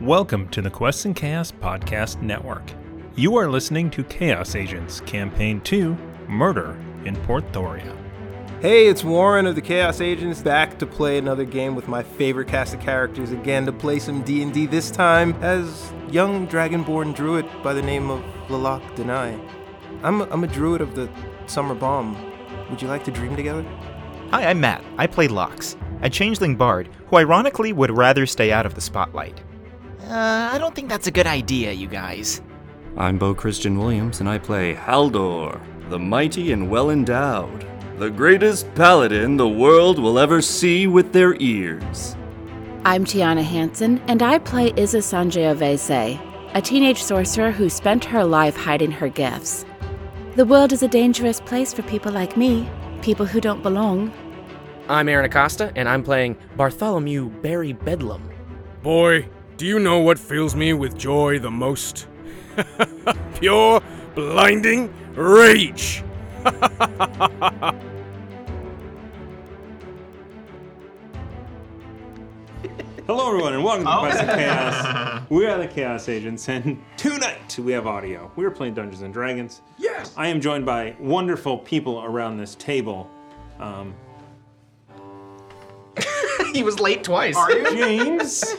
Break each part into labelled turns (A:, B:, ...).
A: Welcome to the Quests and Chaos Podcast Network. You are listening to Chaos Agents Campaign 2 Murder in Port Thoria.
B: Hey, it's Warren of the Chaos Agents back to play another game with my favorite cast of characters again to play some D&D this time as young dragonborn druid by the name of Lalak Denai. I'm a, I'm a druid of the Summer Bomb. Would you like to dream together?
C: Hi, I'm Matt. I play Lox, a changeling bard who ironically would rather stay out of the spotlight.
D: Uh, I don't think that's a good idea, you guys.
E: I'm Bo Christian Williams, and I play Haldor, the mighty and well endowed, the greatest paladin the world will ever see with their ears.
F: I'm Tiana Hansen, and I play Iza Sangiovese, a teenage sorcerer who spent her life hiding her gifts. The world is a dangerous place for people like me, people who don't belong.
G: I'm Aaron Acosta, and I'm playing Bartholomew Barry Bedlam.
H: Boy, do you know what fills me with joy the most? Pure, blinding rage!
A: Hello, everyone, and welcome to Quest and Chaos.
C: Oh.
A: We are the Chaos Agents, and tonight we have audio. We are playing Dungeons and Dragons. Yes. I am joined by wonderful people around this table. Um,
C: He was late twice.
A: James.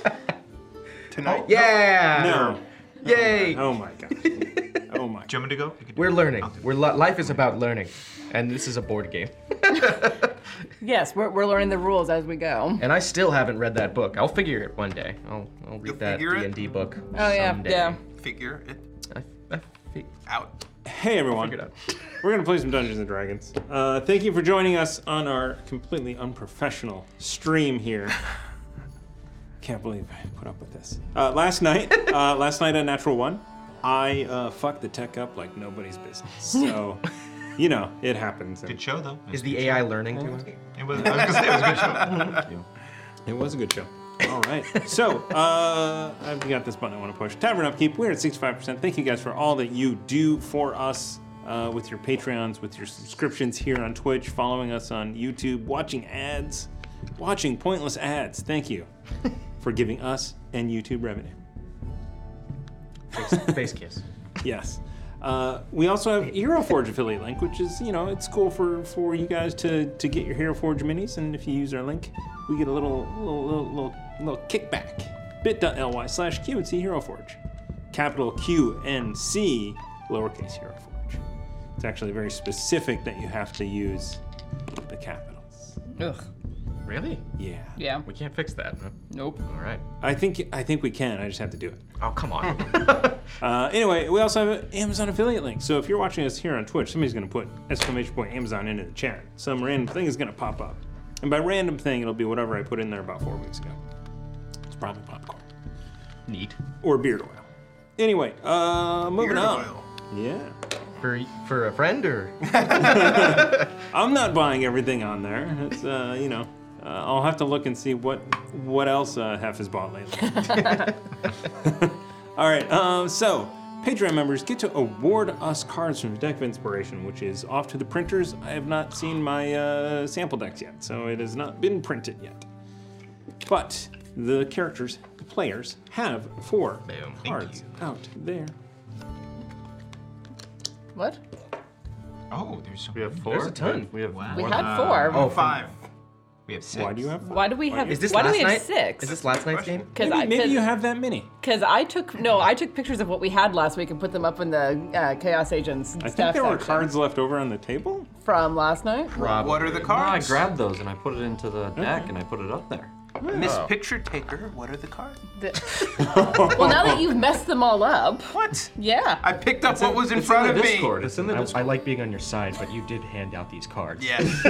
I: tonight.
C: Yeah.
A: no.
C: Yay.
A: Oh my god. Oh my.
I: Do you want me to go? You can do
C: We're
I: it.
C: learning. We're li- life is about learning, and this is a board game.
J: Yes, we're, we're learning the rules as we go.
C: And I still haven't read that book. I'll figure it one day. I'll I'll read
I: You'll
C: that
I: figure it?
C: D&D book.
J: Oh yeah,
C: someday.
J: yeah.
I: Figure it
C: I, I fi-
I: out.
A: Hey everyone.
C: figured it out.
A: We're gonna play some Dungeons and Dragons. Uh, thank you for joining us on our completely unprofessional stream here. Can't believe I put up with this. Uh, last night, uh, last night on Natural One, I uh, fucked the tech up like nobody's business. So, you know, it happens.
I: Good show though.
C: Is the AI learning too much?
I: It was, I was gonna say it was a good show.
A: It was a good show. All right. So, uh, I've got this button I want to push. Tavern Upkeep, we're at 65%. Thank you guys for all that you do for us uh, with your Patreons, with your subscriptions here on Twitch, following us on YouTube, watching ads, watching pointless ads. Thank you for giving us and YouTube revenue.
C: Face, face kiss.
A: Yes. Uh, we also have Hero Forge affiliate link, which is you know it's cool for for you guys to to get your Hero Forge minis, and if you use our link, we get a little little little little, little kickback. Bit.ly slash QNC Hero Forge, capital Q N C, lowercase Hero Forge. It's actually very specific that you have to use the capitals.
J: Ugh.
C: Really?
A: Yeah.
J: Yeah.
C: We can't fix that. huh?
J: Nope.
C: All right.
A: I think I think we can. I just have to do it.
C: Oh come on.
A: Uh, anyway, we also have an Amazon affiliate link. So if you're watching us here on Twitch, somebody's going to put exclamation point Amazon into the chat. Some random thing is going to pop up. And by random thing, it'll be whatever I put in there about four weeks ago. It's probably popcorn
C: Neat.
A: or beard oil. Anyway, uh, moving
I: Beard
A: on.
I: oil.
A: Yeah.
C: For for a friend or?
A: I'm not buying everything on there. It's, uh, you know, uh, I'll have to look and see what what else uh, Hef has bought lately. All right, um, so Patreon members get to award us cards from the deck of inspiration, which is off to the printers. I have not seen my uh, sample decks yet, so it has not been printed yet. But the characters, the players, have four
C: Boom. Thank
A: cards out there.
J: What?
I: Oh, there's so
C: We have four.
I: There's a ton.
C: We have
I: Wow.
J: We
C: more
J: had four.
C: Oh,
I: Five. We have six.
A: Why do you have?
J: why do we have?
C: Is this
J: why
C: last
J: do we have
C: night?
J: six?
C: Is this last night's game?
J: because I
A: Maybe, maybe
J: because
A: you have that many.
J: I took no I took pictures of what we had last week and put them up in the uh, chaos agents
A: I think
J: staff
A: there were
J: section
A: cards left over on the table.
J: from last night.
C: Rob.
I: What are the
E: I
I: cards?
E: grabbed those and I put it into the deck and I put it up there.
I: Miss Picture Taker. What are the cards?
J: The- well, now that you've messed them all up,
I: What?
J: yeah.
I: I picked up what was in
E: It's
I: front
E: in
I: of
E: the
I: me.
E: Discord. It's in the
C: I,
E: Discord.
C: I like being on your side, but you did hand out these cards.
I: Yes.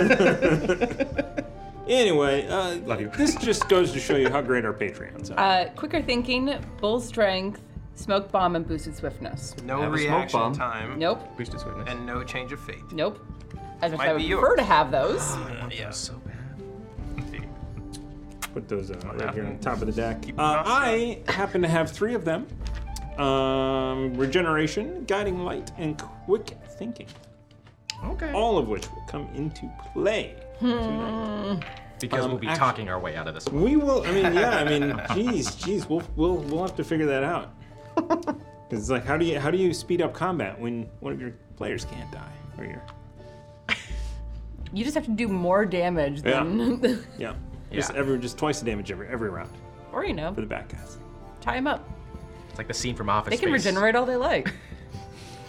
A: Anyway, uh, this just goes to show you how great our Patreons are.
F: Uh, quicker thinking, bull strength, smoke bomb, and boosted swiftness.
A: No Have a smoke reaction bomb.
F: time. Nope.
A: Boosted swiftness.
K: And no change of fate.
F: Nope. As much as
K: Might
F: I would
K: be
F: prefer
K: yours.
F: to have those.
K: yeah. So bad.
A: Put those uh, right here on top of the deck. Uh, I happen to have three of them um, Regeneration, Guiding Light, and Quick Thinking. Okay. All of which will come into play.
B: Hmm. Because
A: Um,
B: we'll be
A: actu-
B: talking our way out of this
C: Hmm.
B: one.
A: We will. I mean, yeah. I mean, jeez, jeez. We'll we'll we'll have to figure that out. Because it's like, how do you how do you speed up combat when one of your players can't die or your
F: You just have to do more damage
A: Yeah.
F: than.
A: yeah, just every just twice the damage every every round
F: or, you know,
A: for the bad guys.
F: tie them up.
B: It's like the scene from Office
F: they can
B: Space
F: regenerate all they like.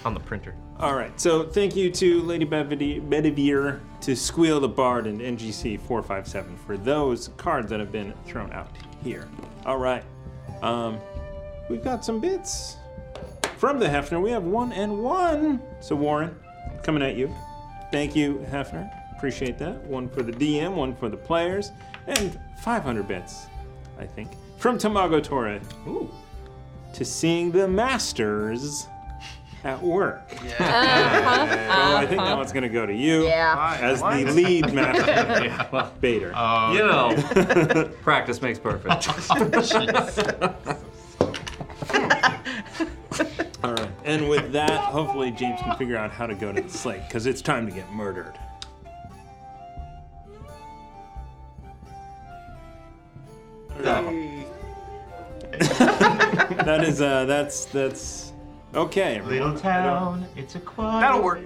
B: on the printer.
A: All right. So thank you to Lady Bedivere, Bedivere to Squeal the Bard and NGC four five seven for those cards that have been thrown out here. All right. Um, we've got some bits from the Hefner. We have one and one. So Warren, coming at you. Thank you, Hefner. Appreciate that. One for the DM, one for the players, and 500 bits, I think, from Tamago Torre. Ooh. To seeing the masters at work. So I think that one's going to go to you
F: Yeah.
A: as
F: Why?
A: the lead master, Bader.
L: you know, practice makes perfect.
A: All right. And with that, hopefully James can figure out how to go to the slate because it's time to get murdered. that is uh that's that's okay. everyone.
K: it's a quiet. That'll work.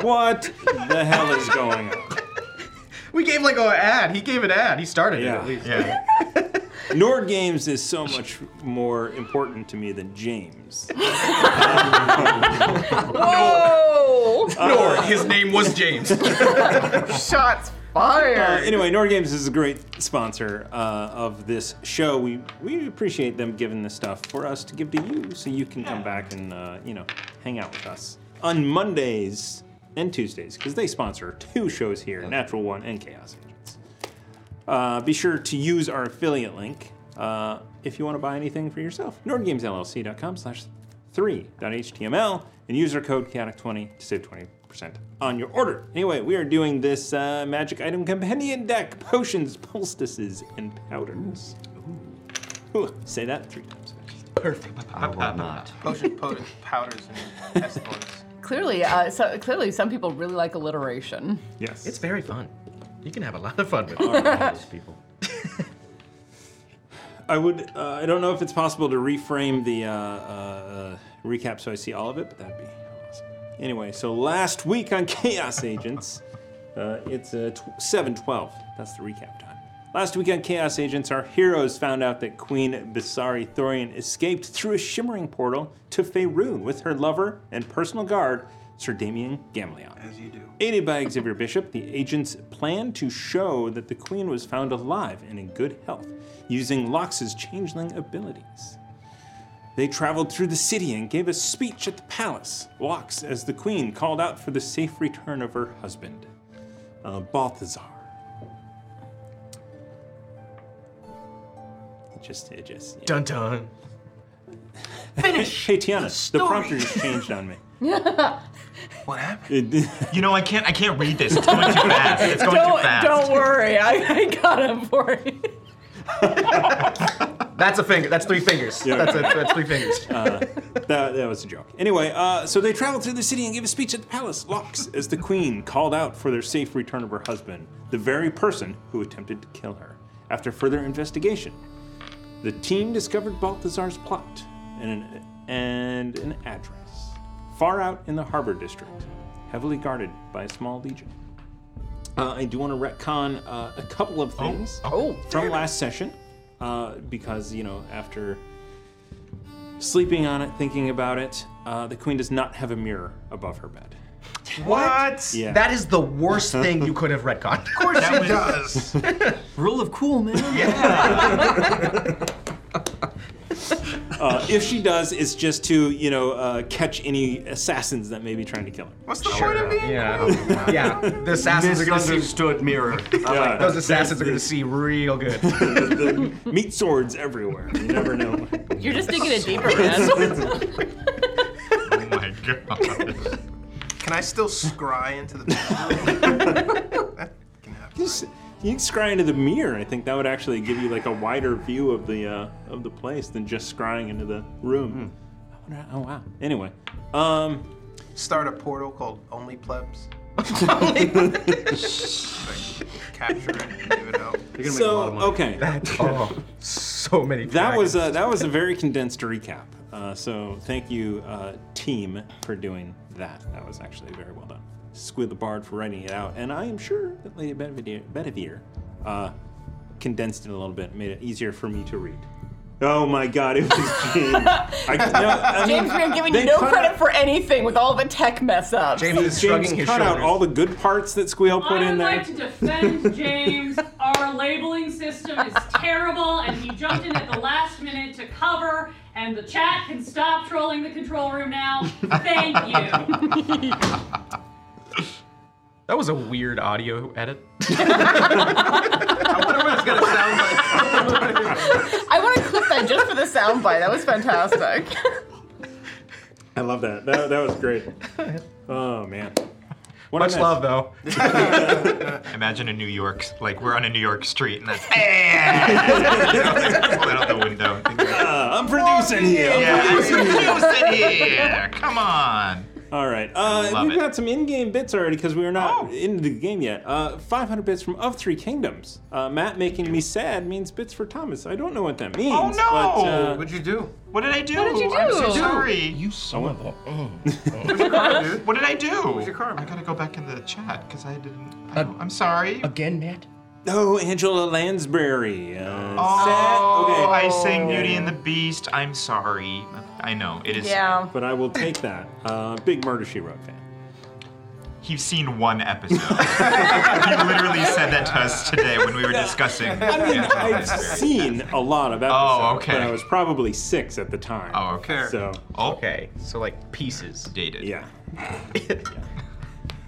A: What the hell is going on?
B: We gave like an ad. He gave an ad. He started it at least. Yeah.
A: Nord Games is so much more important to me than James.
F: Whoa!
A: Nor
M: his name was James.
F: Shots fired.
A: Uh, anyway, Nord Games is a great sponsor uh, of this show. We we appreciate them giving this stuff for us to give to you, so you can come back and uh, you know hang out with us on Mondays and Tuesdays because they sponsor two shows here, Natural One and Chaos Agents. Uh, be sure to use our affiliate link uh, if you want to buy anything for yourself. NordGamesLLC.com slash 3.html and use our code chaotic20 to save 20% on your order. Anyway, we are doing this uh, magic item companion deck potions, poultices, and powders. Ooh, say that three times.
K: Perfect.
A: I will not.
K: Potion, potion, powders, and pestilence.
F: Clearly, uh, so, clearly, some people really like alliteration.
A: Yes.
B: It's very fun. You can have a lot of fun with
F: All right.
B: people.
A: I would. Uh, I don't know if it's possible to reframe the uh, uh, uh, recap so I see all of it, but that'd be awesome. Anyway, so last week on Chaos Agents, uh, it's uh, tw- seven twelve. That's the recap time. Last week on Chaos Agents, our heroes found out that Queen Bisari Thorian escaped through a shimmering portal to Faerun with her lover and personal guard, Sir Damien Gamlion. As you do. Aided by Xavier Bishop, the agents plan to show that the Queen was found alive and in good health, using Lox's changeling abilities. They traveled through the city and gave a speech at the palace. Lox, as the Queen, called out for the safe return of her husband, uh, Balthazar. It just, it just. Yeah.
B: Dun dun.
A: Finish. hey Tiana, the, prompter just changed on me.
K: what happened?
B: you know, I can't. I can't read this. It's going too fast. It's going
F: don't,
B: too fast.
F: Oh, don't worry, I, I got him for you.
B: That's a finger. That's three fingers.
A: Yeah.
B: That's, a, that's three fingers.
A: Uh, that, that was a joke. Anyway, uh, so they traveled through the city and gave a speech at the palace. Locks, as the queen called out for their safe return of her husband, the very person who attempted to kill her. After further investigation, the team discovered Balthazar's plot and an, and an address far out in the harbor district, heavily guarded by a small legion. Uh, I do want to retcon uh, a couple of things from last session uh, because, you know, after sleeping on it, thinking about it, uh, the queen does not have a mirror above her bed.
B: What?
A: Yeah.
B: That is the worst thing you could have retconned. Of course
L: Rule of cool, man.
A: Uh, if she does, it's just to you know uh, catch any assassins that may be trying to kill her.
B: What's the point of being?
A: Yeah,
B: Yeah, the assassins are gonna see.
A: Misunderstood
B: mirror.
A: Yeah.
B: Those assassins are gonna see real good.
A: meat swords everywhere. You never know.
F: You're just digging it deeper, man.
I: Oh my god.
B: Can I still scry into the?
A: Just, you can scry into the mirror. I think that would actually give you like a wider view of the uh, of the place than just scrying into the room. Oh wow. Anyway, um,
B: Start a portal called Only Plebs. Capture it and give it out.
A: You're gonna make a So, lot of money. okay.
B: That- oh, so many.
A: that was
B: dragons.
A: uh, that was a very condensed recap. Uh, so thank you, uh, team, for doing that. That was actually very well done. Squid the Bard for writing it out, and I am sure that Lady Bedivere, Bedivere uh, condensed it a little bit, made it easier for me to read. Oh my God, it was James. I, no, I mean,
F: James, we are giving
A: they
F: you no
A: cut
F: credit for anything with all the tech mess ups.
A: James cut out all the good parts that Squeal put
N: I
A: in
N: would
A: there.
N: like to defend James. Our labeling system is terrible, and he jumped in at the last minute to cover. And the chat can stop trolling the control room now. Thank you.
B: That was a weird audio edit.
F: I want to clip that just for the soundbite. That was fantastic.
A: I love that. That, that was great. Oh man.
I: Much love,
B: though.
I: Imagine a New York, like we're on a New York street and that's. Pull it out the window.
A: Uh, I'm producing
N: Oh,
A: here. I'm
I: Yeah, I'm
A: producing here.
I: producing here. Come on.
A: All right.
I: I
A: Uh,
I: love
A: we've
I: it. Oh.
A: got some in-game bits already because we were not into the game yet. Uh, 500 bits from Of Three Kingdoms. Uh, Matt making me sad means bits for Thomas. I don't know what that means.
I: Oh, no!
A: But, uh,
I: What'd you do? What did I do?
A: What did you
I: I'm so
A: do?
I: sorry. You
A: son of a-
I: What did I do?
A: What was
I: your karma? I gotta go back in the chat because I didn't. I don't- I'm sorry. Again, Matt?
A: Oh, Angela Lansbury. Uh,
I: Oh,
A: sad. Okay.
I: I sang Beauty and the Beast. I'm sorry. I know it is.
F: Yeah.
A: But I will take that. Uh, big Murder She Wrote fan.
I: He's seen one episode. he literally said that to us today when we were discussing.
A: I mean,
I: Angela
A: I've
I: Lansbury.
A: seen a lot of episodes.
I: Oh, okay.
A: But I was probably six at the time.
I: Oh, okay.
A: So
I: Okay.
B: So like pieces.
I: Dated.
A: Yeah. Yeah.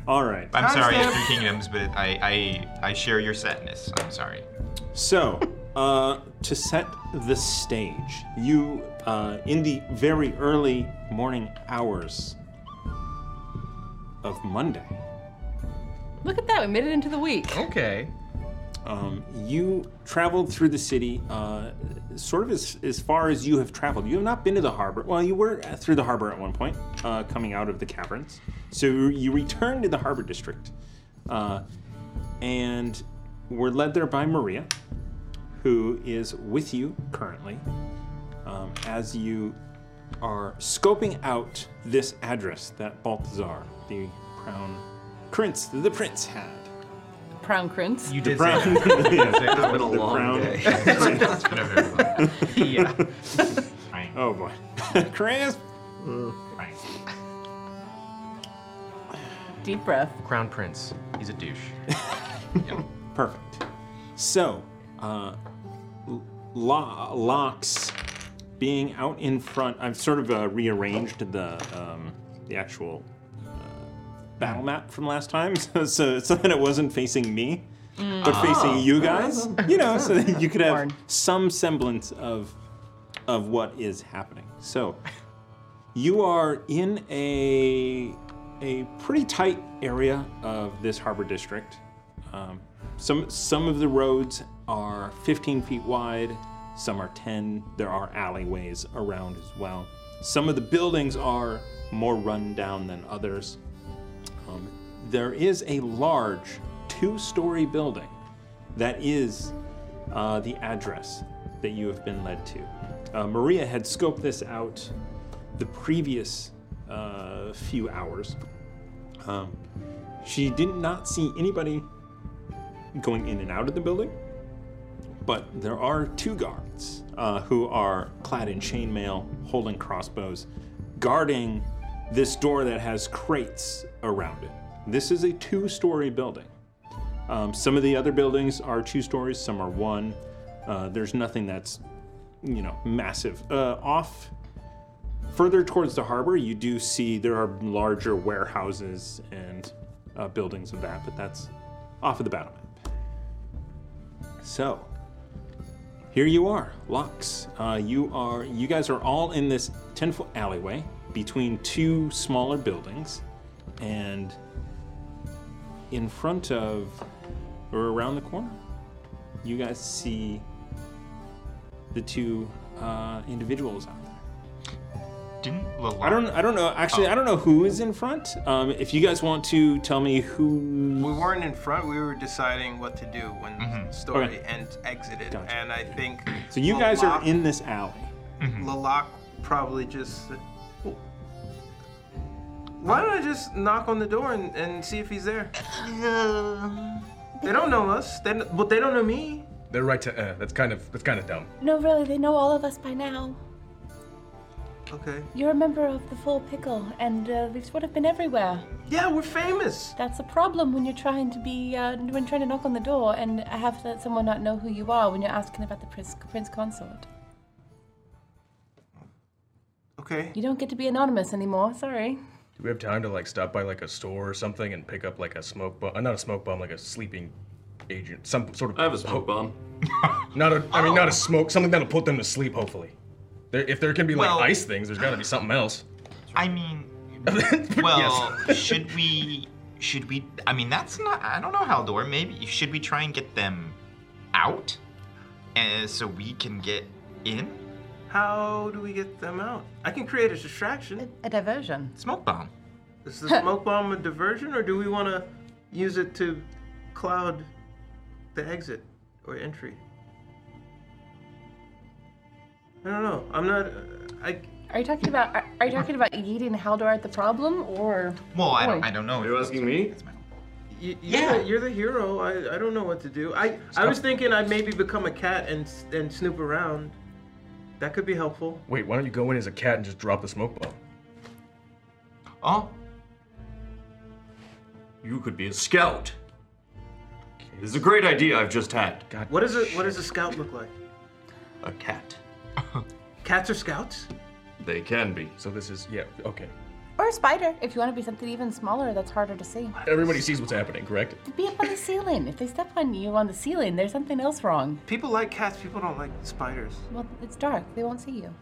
A: All right.
I: I'm sorry,
A: Timestamp.
I: Three Kingdoms, but I, I I share your sadness. I'm sorry.
A: So, uh, to set the stage, you, uh, in the very early morning hours of Monday,
F: Look at that. We made it into the week.
B: Okay.
A: um, you traveled through the city uh, sort of as, as far as you have traveled. You have not been to the harbor. Well, you were through the harbor at one point, uh, coming out of the caverns. So you returned to the harbor district uh, and were led there by Maria, who is with you currently um, as you are scoping out this address that Balthazar, the crown prince, the prince had.
F: Crown Prince.
A: The brown- Yeah. The brown-
I: Right.
A: Oh boy. Crisp.
F: Deep breath.
G: Crown Prince. He's a douche.
A: Perfect. So, uh, L- Lo- Locks being out in front, I've sort of uh, rearranged the um, the actual uh, battle map from last time, so, so so that it wasn't facing me,
C: Mm.
A: but
C: Ah.
A: facing you guys. You know, so that you could have
C: Darn.
A: some semblance of of what is happening. So, you are in a a pretty tight area of this harbor district. Um, some some of the roads are 15 feet wide, some are 10. There are alleyways around as well. Some of the buildings are more run down than others. Um, there is a large two-story building that is uh, the address that you have been led to. Uh, Maria had scoped this out the previous uh, few hours. Um, she did not see anybody going in and out of the building, but there are two guards uh, who are clad in chainmail, holding crossbows, guarding this door that has crates around it. This is a two story building. Um, some of the other buildings are two stories, some are one. Uh, there's nothing that's you know, massive. Uh, off further towards the harbor, you do see there are larger warehouses and uh, buildings of that, but that's off of the battle map. So here you are, Lux. Uh, you are you guys are all in this ten foot alleyway between two smaller buildings, and in front of or around the corner, you guys see the two uh, individuals out there.
I: Didn't Lalonde?
A: I don't I don't know actually I don't know who is in front. Um, if you guys want to tell me who
B: We weren't in front. We were deciding what to do when
G: Mm-hmm.
B: the story
A: Okay.
B: and exited, and I think.
A: So you guys are
B: Lalak-
A: in this alley.
G: Mm-hmm.
B: Lalak probably just. said, "Oh, Why don't I just knock on the door and, and see if he's there? They don't know us, they, don't- but they don't know me.
C: They're right to. Uh, that's kind of. That's kind of dumb.
F: No, really, they know all of us by now.
B: Okay.
F: You're a member of the Full Pickle, and uh, we sort of been everywhere.
B: Yeah, we're famous.
F: That's a problem when you're trying to be, uh, when trying to knock on the door and have that someone not know who you are when you're asking about the prince, prince consort.
B: Okay.
F: You don't get to be anonymous anymore. Sorry.
C: Do we have time to like stop by like a store or something and pick up like a smoke bomb? Uh, not a smoke bomb, like a sleeping agent, some sort
A: Um,
C: of. I have a smoke bomb. not a. I mean, not a
B: oh.
C: smoke. Something that'll put them to sleep, hopefully. There, if there can be like
I: Well-
C: ice things, there's got to be something else.
I: I mean, well, should we? Should we? I mean, that's not. I don't know, Haldor. Maybe should we try and get them out, uh, so we can get in?
B: How do we get them out? I can create a distraction.
O: A diversion.
I: Smoke bomb.
B: Is the smoke bomb a diversion, or do we want to use it to cloud the exit or entry? I don't know. I'm not. I.
O: Are you talking about are, are you talking about Yeet and Haldor at the problem or
I: Well, I don't.
O: Oi.
I: I don't know.
B: You're asking
I: me?
B: You, you're, the, you're the hero. I, I don't know what to do. I, I was thinking I'd maybe become a cat and s- and snoop around. That could be helpful.
C: Wait, why don't you go in as a cat and just drop the smoke bomb?
I: Oh.
E: You could be a scout. This is a great idea I've just had.
C: God,
B: What is it? What does a scout look like?
E: a cat?
B: Cats are scouts.
E: They can be.
C: So this is yeah. Okay.
F: Or a spider, if you want to be something even smaller that's harder to see.
C: Everybody sees what's happening, correct?
F: Be up on the ceiling. If they step on you on the ceiling, there's something else wrong.
B: People like cats. People don't like spiders.
F: Well, it's dark. They won't see you.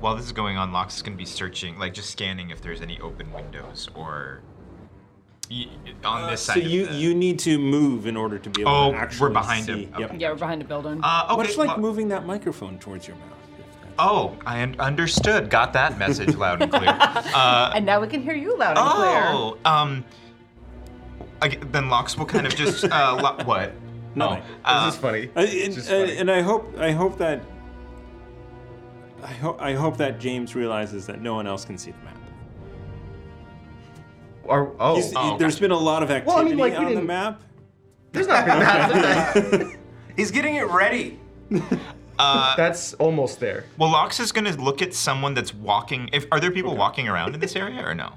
I: While this is going on, Lox is going to be searching, like just scanning if there's any open windows or y- on this
A: Uh, so
I: side. of
A: you
I: the-
A: you need to move in order to be able
I: Oh,
A: to
I: we're
A: actually
I: behind
A: see.
I: him.
A: Yep.
O: Yeah, we're behind a building.
I: Uh, okay,
A: Much like
I: well-
A: moving that microphone towards your mouth.
I: oh, I un- understood. Got that message loud and clear. Uh,
O: and now we can hear you loud and clear.
I: Oh, um, ag- then Locks will kind of just uh, lo- what?
A: No,
I: this is
C: funny.
A: I, Uh, and,
C: uh,
A: and I hope I hope that I hope I hope that James realizes that no one else can see the map.
I: Or oh,
A: He's- there's been a lot of activity
B: Well, I mean, like, we
A: on the
B: didn't-
A: map.
B: There's not been that. He's getting it ready.
I: Uh,
C: that's almost there.
I: Well, Lox is going to look at someone that's walking. If are there people walking around in this area or no?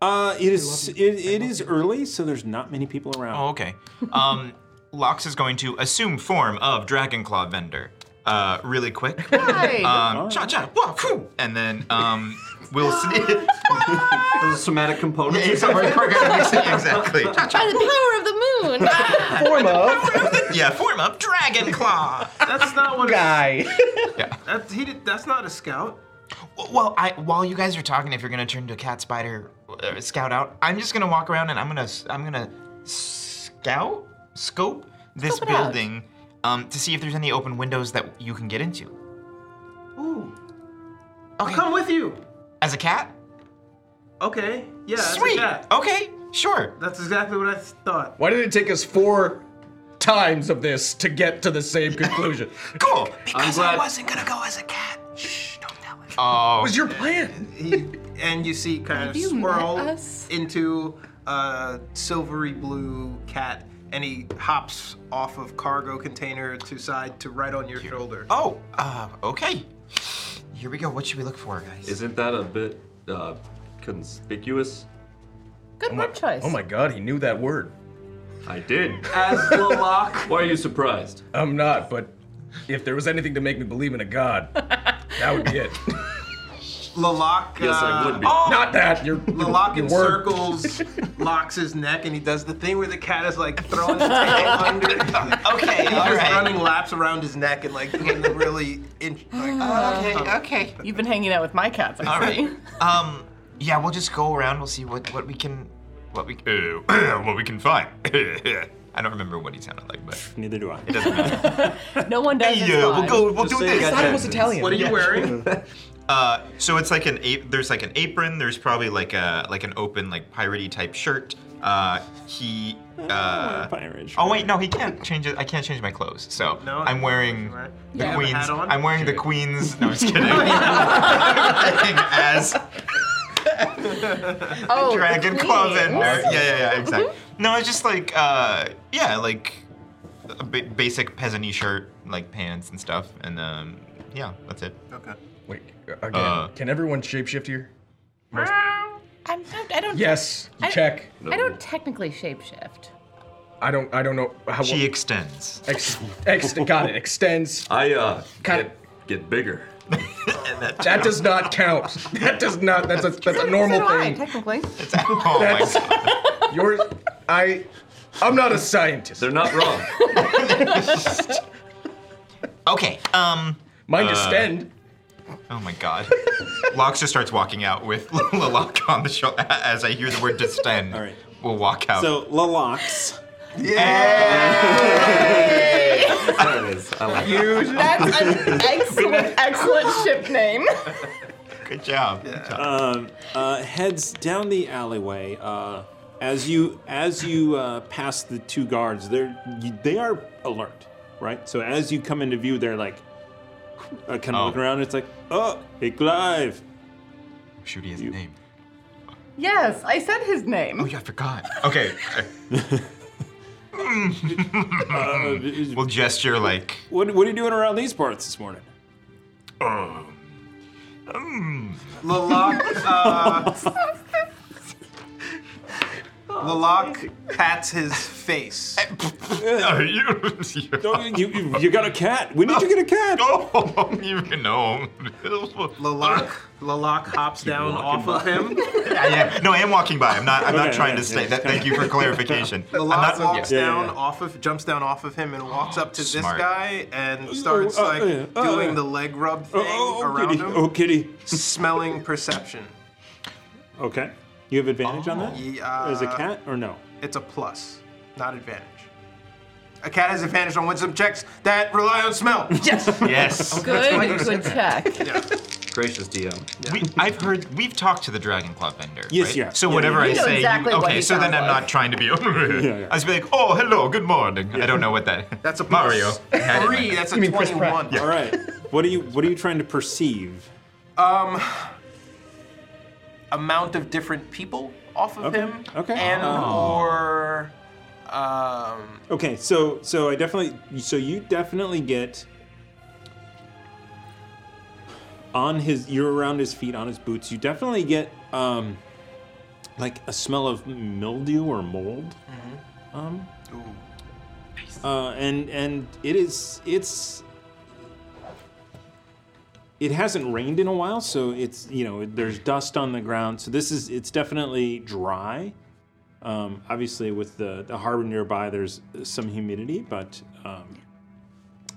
A: Uh, it is it, it is early, so there's not many people around.
I: Oh, okay. Um, Lox is going to assume form of Dragonclaw vendor, uh, really quick.
O: Hi.
I: Um, cha cha, wah, phew, and then um, we'll see.
E: Those somatic components.
I: Yeah, so we're- we're gonna mix it- exactly.
F: By the power of the moon.
I: Form of. Yeah, form of Dragon Claw.
B: That's not what.
I: Guy.
B: That's he. Did, that's not a scout.
I: Well, I while you guys are talking, if you're gonna turn to cat spider uh, scout out, I'm just gonna walk around and I'm gonna s- I'm gonna scout scope this
F: Scope it out.
I: building um, to see if there's any open windows that you can get into.
B: Ooh. I'll Oh, come with you.
I: As a cat?
B: Okay. Yeah. that's a
I: Sweet.
B: cat.
C: Oh.
I: Okay. Sure.
B: That's exactly what I thought.
C: Why did it take us four times of this to get to the same conclusion?
I: cool.
B: Because I glad- wasn't
I: gonna go as a cat.
B: Oh.
C: was your plan?
B: and you see kind
C: Have
B: of
C: you met
B: swirl
C: us?
B: into a silvery blue cat, and he hops off of cargo container to side to right on your shoulder.
I: Oh, uh, okay. Here we go. What should we look for, guys?
E: Isn't that a bit uh, conspicuous?
O: Good word choice.
C: Oh my god, he knew that word.
E: I did.
B: As the lock.
E: Why are you surprised?
C: I'm not, but If there was anything to make me believe in a god, that would be it.
B: Lalak.
C: Yes, I would be.
B: uh,
C: Not that, You're,
B: Lalak
C: your word.
B: encircles Lox's neck, and he does the thing where the cat is like throwing his tail under. okay, he's
I: all
B: just
I: right.
B: running laps around his neck and like doing the really. In- like,
I: Oh, okay, okay.
P: You've been hanging out with my cats. I
I: All
P: see.
I: right. Um, yeah, we'll just go around. We'll see what what we can, what we uh, what we can find. I don't remember what he sounded like, but
A: neither do I.
I: It doesn't matter.
P: No one does. it's
I: yeah, we'll
P: fine.
I: go. We'll do this.
B: Yeah.
I: uh, so it's like an a- there's like an apron. There's probably like a like an open like piratey type shirt. Uh, he. Uh,
A: pirate
I: Oh wait, no, he can't change it. I can't change my clothes. So
B: No,
I: I'm wearing
B: You
I: the
B: have a
I: queen's.
B: hat on?
I: I'm wearing the queen's. No, I'm just kidding. as
B: Oh,
I: dragon
B: the
I: claws in
B: queens.
I: there. Yeah, yeah, yeah, exactly. No, it's just like, uh, yeah, like a ba- basic peasant shirt, like pants and stuff, and um, yeah, that's it.
B: Okay.
C: Wait, again,
I: Uh,
C: can everyone shapeshift here?
F: Um,
P: I'm not, I don't.
C: Yes,
P: I,
C: check.
P: I don't technically shapeshift.
C: I don't. I don't know how.
I: She extends.
C: Ex, ex, got it. Extends.
L: I uh
C: Got
L: get, get bigger.
I: that,
C: does not count. That does not. That's a that's a normal thing.
F: technically.
I: Oh my
C: That's yours. I. I'm not a scientist. They're
L: not wrong.
I: okay. Um.
C: Mine
I: uh,
C: distend.
I: Oh my god. Lox just starts walking out with Lalak on the shoulder. As I hear the word distend, All right. we'll walk out.
A: So Lalox.
I: there it is. I like
B: Huge.
P: That's an excellent, excellent ship name.
I: Good job.
A: Um, uh, heads down the alleyway. Uh, as you as you uh, pass the two guards, they're you, they are alert, right? So as you come into view, they're like, uh, kind of look around. It's like, oh, hey, Clive.
I: Shoot his name.
P: Yes, I said his name. Oh,
I: yeah, I forgot. Okay. we'll gesture like.
A: What, what are you doing around these parts this morning?
B: Lalak, uh, Lalak pats his face.
A: you, you, you got a cat. When did you get a cat?
I: Oh, you know.
B: Lalak, Lalak hops down off of him.
I: yeah, yeah. No, I am walking by. I'm not. I'm not
B: Okay, yeah,
I: trying to
B: yeah,
I: stay.
B: just
I: that, thank you for clarification.
B: Lalak
I: I'm not-
B: walks
I: yeah.
B: down off of, jumps down off of him, and walks up to
I: Smart.
B: this guy and starts
A: oh,
B: like
A: yeah, oh,
B: doing
A: yeah.
B: the leg rub thing around
A: kitty,
B: him.
A: oh, kitty.
B: Smelling perception.
A: Okay. You have advantage on that?
B: Oh, Yeah.
A: As a cat or no?
B: uh, It's a plus, not advantage. A cat has advantage on wisdom checks that rely on smell. Yes.
I: Yes.
P: Good, good check.
L: Gracious DM.
I: We, I've heard we've talked to the Dragon Claw vendor.
L: Yes,
I: right?
L: yeah.
I: So
L: Yeah,
I: whatever
L: yeah.
I: I
L: You know
I: say,
L: exactly what
I: okay.
L: he
I: So then
L: sounds
I: I'm
L: like.
I: not trying to be.
L: yeah.
I: I just be like, oh, hello, good morning. I don't know what that. That's a Mario.
B: Three. That's a twenty-one.
A: All right. What are you What are you trying to perceive?
B: Um, amount of different people off of
A: Okay,
B: him.
A: okay.
B: And
A: Oh.
B: or um,
A: Okay. So so I definitely so you definitely get on his you're around his feet on his boots. You definitely get um like a smell of mildew or mold. Um. Uh, and and it is it's it hasn't rained in a while, so it's you know there's dust on the ground. So this is it's definitely dry. Um, obviously, with the, the harbor nearby, there's some humidity, but um,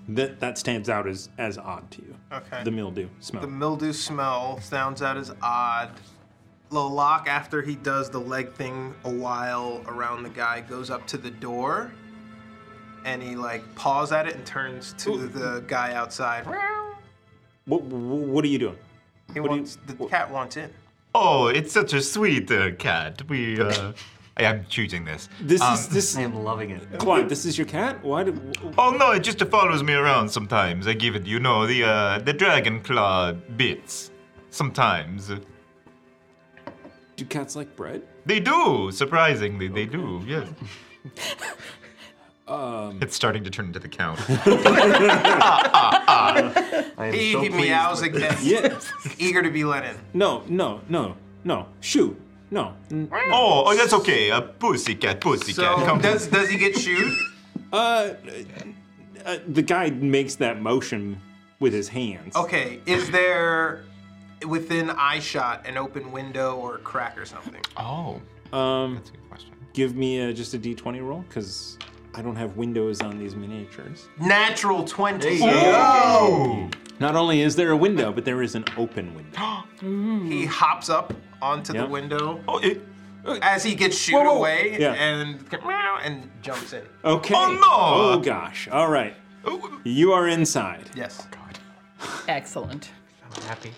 A: that that stands out as as odd to you.
B: Okay.
A: The mildew smell.
B: the mildew smell sounds out as odd. Lalak, after he does the leg thing a while around the guy, goes up to the door, and he like paws at it and turns to the guy outside.
A: what what are you doing?
B: He wants the cat wants in.
I: Oh, it's such a sweet uh, cat. We. Uh, I am choosing this.
A: This is this. I
I: am loving it.
A: Clive, this is your cat. Why? Do,
I: Oh no, it just follows me around sometimes. I give it, you know, the uh, the dragon claw bits. Sometimes
A: do cats like bread?
I: they do. Surprisingly, they do. Yes.
A: Um,
I: it's starting to turn into the count.
B: he he meows again, eager to be let in.
A: No, no, no, no. Shoo. No.
I: Oh, oh, that's okay. A pussycat, pussycat.
B: So
I: come
B: does does he get shooed?
A: Uh, uh, the guy makes that motion with his hands.
B: Okay, is there within eyeshot an open window or a crack or something?
A: Oh. Um, That's a good question. Give me a, just a d20 roll, because I don't have windows on these miniatures.
B: Natural 20.
A: Not only is there a window, but there is an open window.
B: He hops up onto
A: Yeah.
B: the window
I: Oh,
B: as he gets shooed
A: Whoa, whoa.
B: away
A: Yeah.
B: and and jumps in.
A: Okay.
B: Oh, no!
A: Oh gosh. All right.
I: oh.
A: You are inside.
B: Yes.
F: Excellent.
I: I'm happy.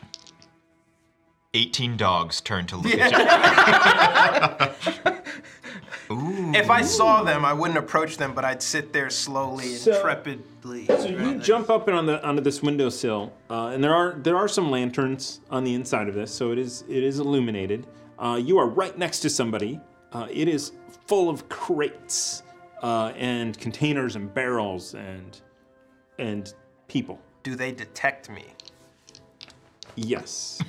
I: 18 dogs turn to look at you.
B: If I saw them, I wouldn't approach them, but I'd sit there slowly and
A: So-
B: trepidly.
A: So you jump up and on the onto this windowsill, uh, and there are there are some lanterns on the inside of this, so it is it is illuminated. Uh, you are right next to somebody. Uh, it is full of crates uh, and containers and barrels and and people.
B: Do they detect me?
A: Yes.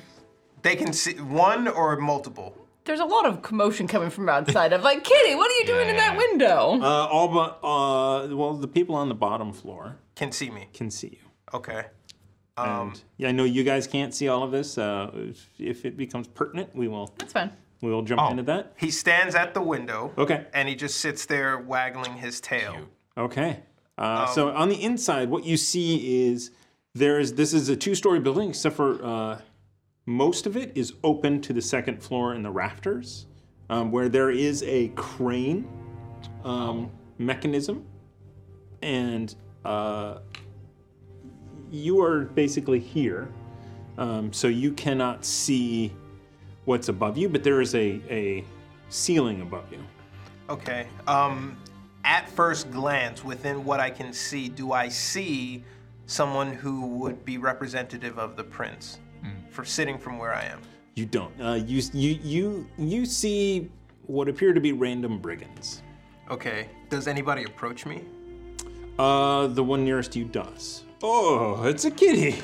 B: They can see one or multiple.
F: There's a lot of commotion coming from outside. I'm like, Kitty, what are you doing in that window?
A: Uh, all but uh, well, the people on the bottom floor
B: can see me.
A: Can see you.
B: Okay.
A: and yeah, I know you guys can't see all of this. Uh, if, if it becomes pertinent, we will
F: That's fine.
A: we will jump into that.
B: He stands at the window.
A: Okay.
B: And he just sits there waggling his tail.
A: Okay. Uh, so on the inside, what you see is there is this is a two-story building, except for uh, most of it is open to the second floor and the rafters, um, where there is a crane um, mechanism, and uh, you are basically here, um, so you cannot see what's above you, but there is a a ceiling above you.
B: Okay. Um, at first glance, within what I can see, do I see someone who would be representative of the prince for sitting from where I am?
A: You don't. Uh, you you you you see what appear to be random brigands.
B: Okay. Does anybody approach me?
A: Uh, the one nearest you does. Oh, it's a kitty.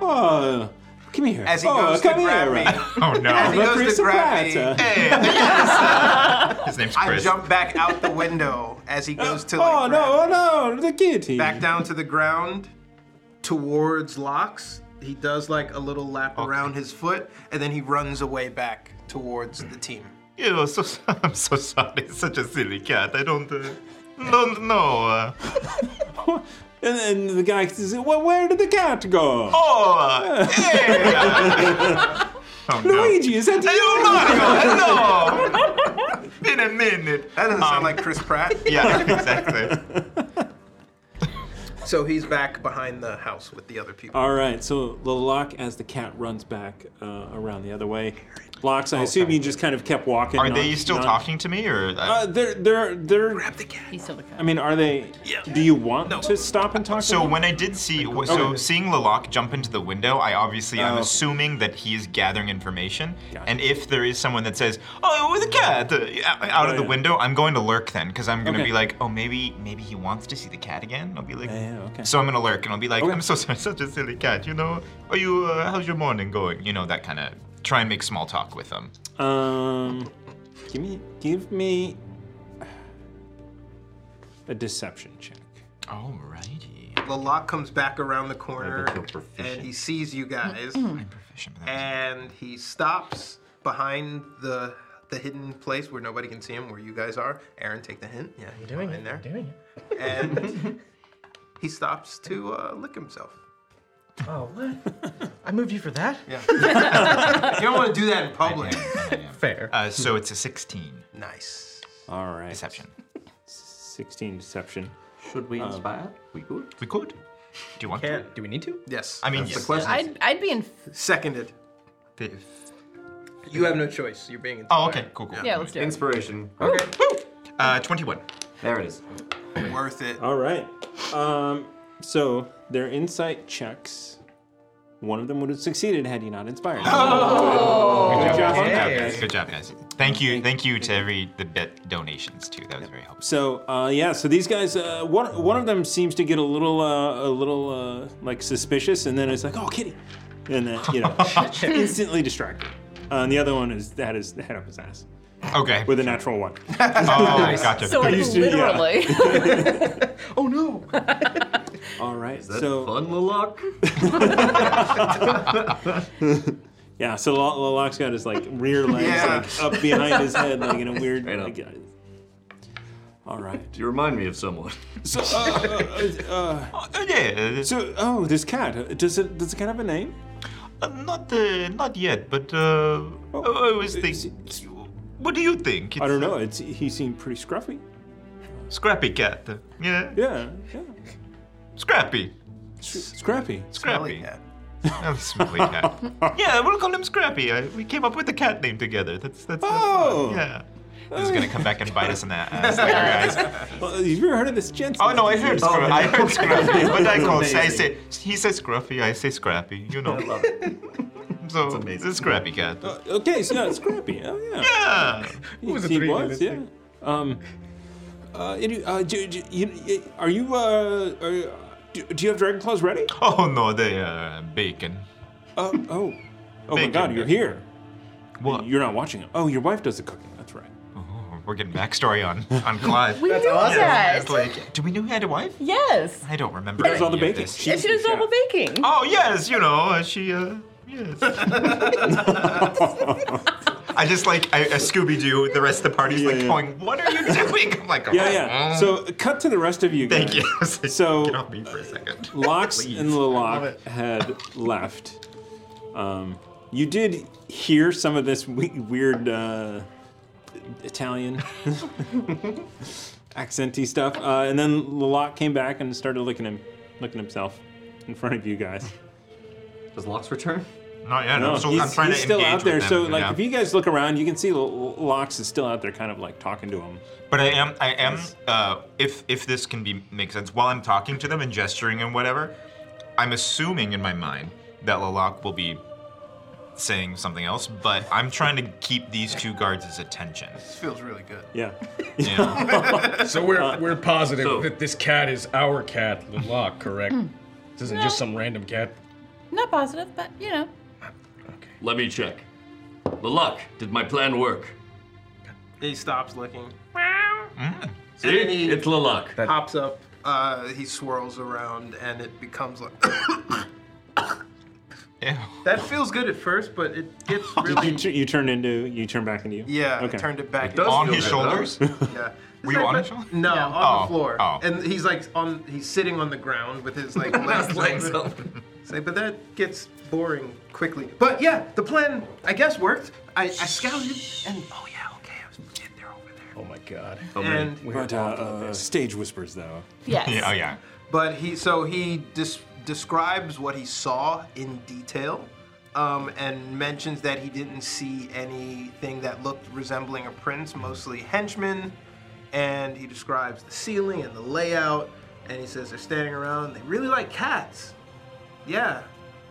A: Oh, come here.
B: As he
A: oh,
B: goes to
A: come
B: grab
A: here.
B: me.
A: Oh
B: no. As he goes to grab me.
I: His name's
B: I
I: Chris.
B: jump back out the window as he goes to. Like,
A: Oh no! Oh no! The kitty.
B: Back down to the ground, towards locks. He does like a little lap around his foot, and then he runs away back towards the team.
I: Ew, so, I'm so sorry. It's such a silly cat. I don't. Uh, don't know. Uh,
A: And then the guy says, "Well, where did the cat go?"
I: Oh, uh,
A: Luigi, is that
B: oh,
A: you?
I: Mario, hello! Been Oh, a minute. Um,
B: That doesn't sound like Chris Pratt.
I: yeah, exactly.
B: So he's back behind the house with the other people.
A: All right. So Lilac, as the cat runs back uh, around the other way, blocks.
B: Oh,
A: I assume you just kind of kept walking.
I: Are
A: not-
I: they still
A: not-
I: talking to me, or
A: Uh, they're they're they're. Grab
B: the cat.
F: He's still the cat.
A: I mean, are they? Do you want to stop and talk?
I: So
A: to them?
I: when I did see, w- so
A: Okay.
I: seeing Lalak jump into the window, I obviously I'm
A: Oh.
I: assuming that he's gathering information. And if there is someone that says, "Oh, it was a cat," uh, out of the window, I'm going to lurk then because I'm gonna
A: Oh, Okay.
I: be like, "Oh, maybe maybe he wants to see the cat again." I'll be like,
A: okay.
I: So I'm gonna lurk and I'll be like, "I'm so sorry, such a silly cat. You know, are you? Uh, how's your morning going? You know, that kind of try and make small talk with them."
A: Um, give me, give me a deception check.
I: Alrighty.
A: Oh.
B: Lalak comes back around the corner
A: I bet you're proficient.
B: and he sees you guys.
A: I'm
I: proficient.
B: And he stops behind the the hidden place where nobody can see him, where you guys are. Aaron, take the hint. Yeah, he's doing in there.
G: doing
B: it. And he stops to uh, lick himself.
G: Oh, what? I moved you for that?
B: Yeah. you don't want to do that in public.
I: Fair. Uh, so it's a 16.
B: Nice.
A: All right.
I: Deception.
A: 16 deception.
I: Should we inspire?
A: we could.
I: We could. Do you want to?
G: Do we need to?
B: Yes.
I: I mean,
B: That's the
I: yes.
B: question.
F: I'd, I'd be in.
B: Seconded. You have no choice. You're being
I: Oh, okay. Cool, cool.
F: Yeah, let's do it.
I: Inspiration.
B: Okay.
I: Uh, 21.
A: There it is.
B: Worth it.
A: All right. Um, so their insight checks. One of them would have succeeded had you not inspired. Good
I: Good job,
A: job on
I: Good job,
A: that,
I: guys.
A: guys.
I: Good job, guys. Thank you, thank you to every the bet donations too. That was very helpful.
A: So uh, yeah, so these guys, uh, one one of them seems to get a little uh, a little uh, like suspicious, and then it's like, oh, kitty, and then you know, instantly distracted. Uh, and the other one is that is the head up his ass.
I: Okay.
A: With a natural one.
I: Oh, Nice. gotcha. So, like,
A: Used to- yeah.
F: literally.
G: oh no!
A: All right.
L: Is that
A: so
L: fun, Lilac?
A: yeah. So Lil- Lilac's got his like rear legs like, up behind his head, like in a weird. like, uh, all right.
L: You remind me of someone.
A: So, uh, uh, uh,
I: yeah.
A: So, oh, this cat. uh, Does it? Does the cat have a name?
I: Uh, not, uh, not yet. But uh, I was thinking. What do you think?
A: Oh. I don't know. It's he seemed pretty scruffy.
I: Scrappy cat. Yeah.
A: Yeah. Yeah.
I: Scrappy.
A: Scrappy.
I: Scrappy. Oh, smelly cat. yeah, we'll call him Scrappy. I, we came up with the cat name together. That's that's. that's
A: Oh.
I: yeah. This is gonna come back and bite us in the ass later, guys.
A: Well, Uh, have you ever heard of this Jensen?
I: Oh no, I heard
A: Oh,
I: Scrappy. I heard Scrappy. But I
A: That's
I: call I
A: amazing.
I: say he says Scruffy, I say Scrappy. You know. I love it. So it's Scrappy cat.
A: Uh, Okay, so yeah, it's Scrappy. Oh yeah.
I: Yeah.
A: He, he was, yeah. Um. Uh, any- uh, do, do- you, you- are you uh, are, do, do you have dragon claws ready?
I: Oh no, they are bacon.
A: Uh, oh, oh my
I: Bacon.
A: God, you're here.
I: What?
A: You're not watching it. Oh, your wife does the cooking. That's right.
I: We're getting backstory on on Clive.
P: We That's knew awesome. that.
I: It's like, do we know he had a wife?
P: Yes.
I: I don't remember.
P: Does all
I: any
P: the
I: of
P: baking.
I: this.
P: She does normal baking.
I: Oh yes, you know uh, she. Uh, yes. I just like I, I Scooby Doo. The rest of the party's like
A: yeah.
I: going, "What are you doing?" I'm like, "Oh,
A: Yeah, yeah. So cut to the rest of you. Guys.
I: Uh, Thank you.
A: So
I: Get off me for a second.
A: Locks
I: Please.
A: and Lilac had left. Um, you did hear some of this we- weird uh, Italian accenty stuff, uh, and then Lilac came back and started looking him, looking himself in front of you guys.
L: Does Locks return?
I: Not yet. I'm, still,
A: he's,
I: I'm trying
A: he's
I: to
A: still
I: engage
A: out there.
I: with them,
A: so, like,
I: yeah.
A: if you guys look around, you can see L- Locks is still out there, kind of like talking to him.
I: But I am, I am. Uh, if if this can be make sense, while I'm talking to them and gesturing and whatever, I'm assuming in my mind that Lalak will be saying something else. But I'm trying to keep these two guards' attention.
B: This feels really good.
A: Yeah.
C: so we're we're positive that this cat is our cat, Lilac, correct? This isn't just some random cat.
P: Not positive, but you know.
L: Let me check. Lilac, did my plan work?
B: He stops licking.
L: See? It's Lilac.
B: Hops up. Uh, he swirls around, and it becomes like. That feels good at first, but it gets really.
A: you, tu- you turn into, you turn back into you.
B: Yeah, I turned it back.
I: On his shoulders.
B: yeah.
I: Were
B: It's
I: you on
B: like-
I: his shoulder?
B: No,
I: Yeah.
B: on
I: Oh,
B: the floor.
I: oh.
B: And he's like on. He's sitting on the ground with his like legs, open. Say, but that gets boring quickly. But yeah, the plan I guess worked. I, I scouted, and oh yeah, okay, I was yeah, they're over there.
C: Oh my god.
B: And
A: but uh, uh, stage whispers though.
B: Yes.
I: Yeah, oh, yeah.
B: But he so he dis- describes what he saw in detail, um, and mentions that he didn't see anything that looked resembling a prince, mostly henchmen. And he describes the ceiling and the layout, and he says they're standing around. They really like cats. Yeah.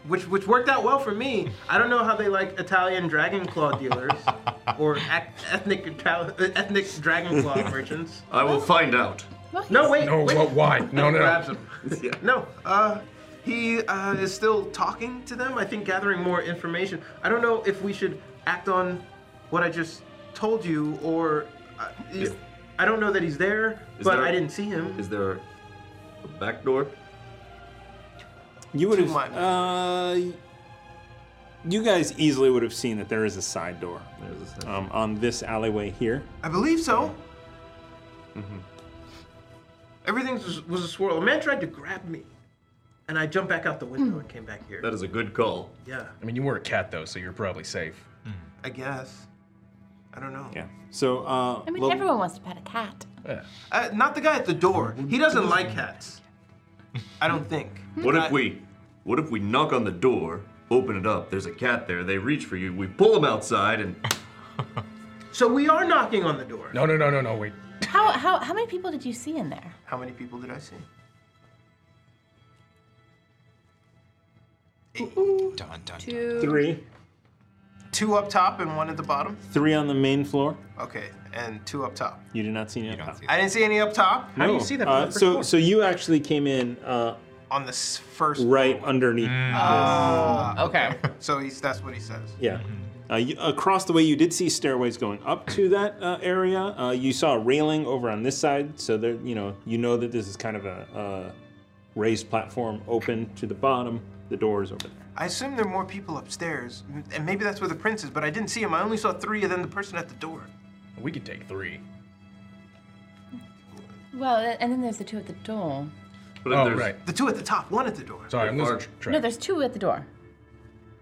B: Which, which worked out well for me. I don't know how they like Italian dragon claw dealers or ac- ethnic Itali- ethnic dragon claw merchants.
L: I will find out.
B: No, wait.
C: No,
B: wait.
C: what- why? No, no.
B: Grabs him. No, uh, he uh, is still talking to them. I think gathering more information. I don't know if we should act on what I just told you, or uh,
L: Is-
B: I don't know that he's there,
L: Is
B: but
L: there-
B: I didn't see him.
L: Is there a back door?
A: You would
B: Too
A: have.
B: much.
A: Uh, you guys easily would have seen that there is a side door um, on this alleyway here.
B: I believe so.
L: Mm-hmm.
B: Everything was, was a swirl. A man tried to grab me, and I jumped back out the window and came back here.
L: Hmm. That is a good call.
B: yeah,
C: I mean, you were a cat though, so you're probably safe.
B: I guess. I don't know.
A: Yeah. So. Uh,
P: I mean,
A: Lil-
P: everyone wants to pet a cat.
B: Uh, not the guy at the door. He doesn't like cats. I don't think.
L: What if we, what if we knock on the door, open it up? There's a cat there. They reach for you. We pull them outside, and
B: So we are knocking on the door.
C: No, no, no, no, no. Wait.
P: How, how, how many people did you see in there?
B: How many people did I see?
I: Dun, dun.
P: Two.
A: Three.
B: Two up top and one at the bottom.
A: Three on the main floor.
B: Okay, and two up top.
A: You did not see any. You
B: I didn't see any up top.
A: no. Uh, so, so you actually came in uh,
B: on the s- first
A: right underneath.
B: Ah,
F: okay.
B: So he's that's what he says.
A: this. Yeah. Uh, you, across the way, you did see stairways going up to that uh, area. Uh, you saw a railing over on this side, so there, you know, you know that this is kind of a, raised platform open to the bottom. The door is over there.
B: I assume there are more people upstairs, m- and maybe that's where the prince is, but I didn't see him. I only saw three and then the person at the door.
C: We could take three.
F: Well, a- and then there's the two at the door.
B: oh, right. The two at the top, one at the door.
C: Sorry, I'm losing
F: No,
C: track.
F: there's two at the door.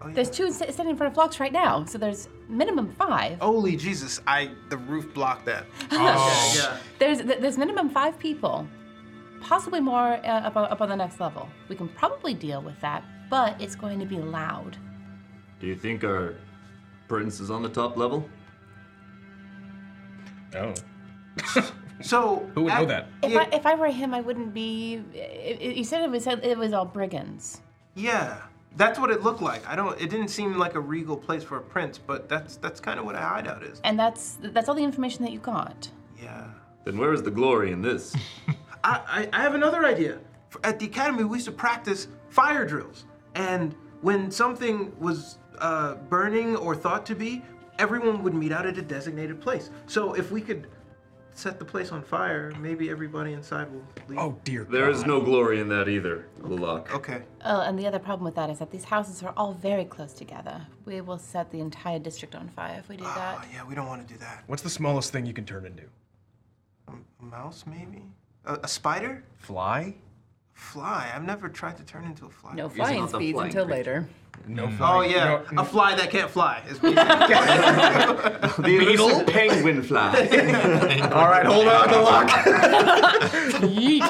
F: There's two sta- standing in front of blocks right now, so there's minimum five.
B: Holy Jesus, I the roof blocked that.
F: Oh.
B: Yeah.
F: There's th- there's minimum five people, possibly more uh, up, up on the next level. We can probably deal with that, but it's going to be loud.
E: Do you think our prince is on the top level?
C: No.
B: So
C: who would know that?
F: If I if I were him, I wouldn't be. i- i- You said it was said it was all brigands.
B: Yeah. That's what it looked like. I don't it didn't seem like a regal place for a prince, but that's that's kind of what a hideout is.
F: And that's that's all the information that you got.
B: Yeah.
E: Then where is the glory in this?
B: I, I, I have another idea. F- At the academy, we used to practice fire drills. And when something was uh, burning or thought to be, everyone would meet out at a designated place. So if we could set the place on fire, maybe everybody inside will leave.
C: Oh, dear.
E: There is no glory in that either, Lalak.
B: Okay.
F: Oh, and the other problem with that is that these houses are all very close together. We will set the entire district on fire if we do that.
B: Oh, Yeah, we don't want to do that.
C: What's the smallest thing you can turn into?
B: A mouse, maybe? A, a spider?
C: Fly?
B: Fly? I've never tried to turn into a fly.
Q: No flying speeds until later.
C: No
B: Oh,
C: flying.
B: yeah.
C: Hmm. No-
B: a fly that can't fly. Is
E: The elusive penguin fly.
B: All right, hold on to lock.
F: Yeet.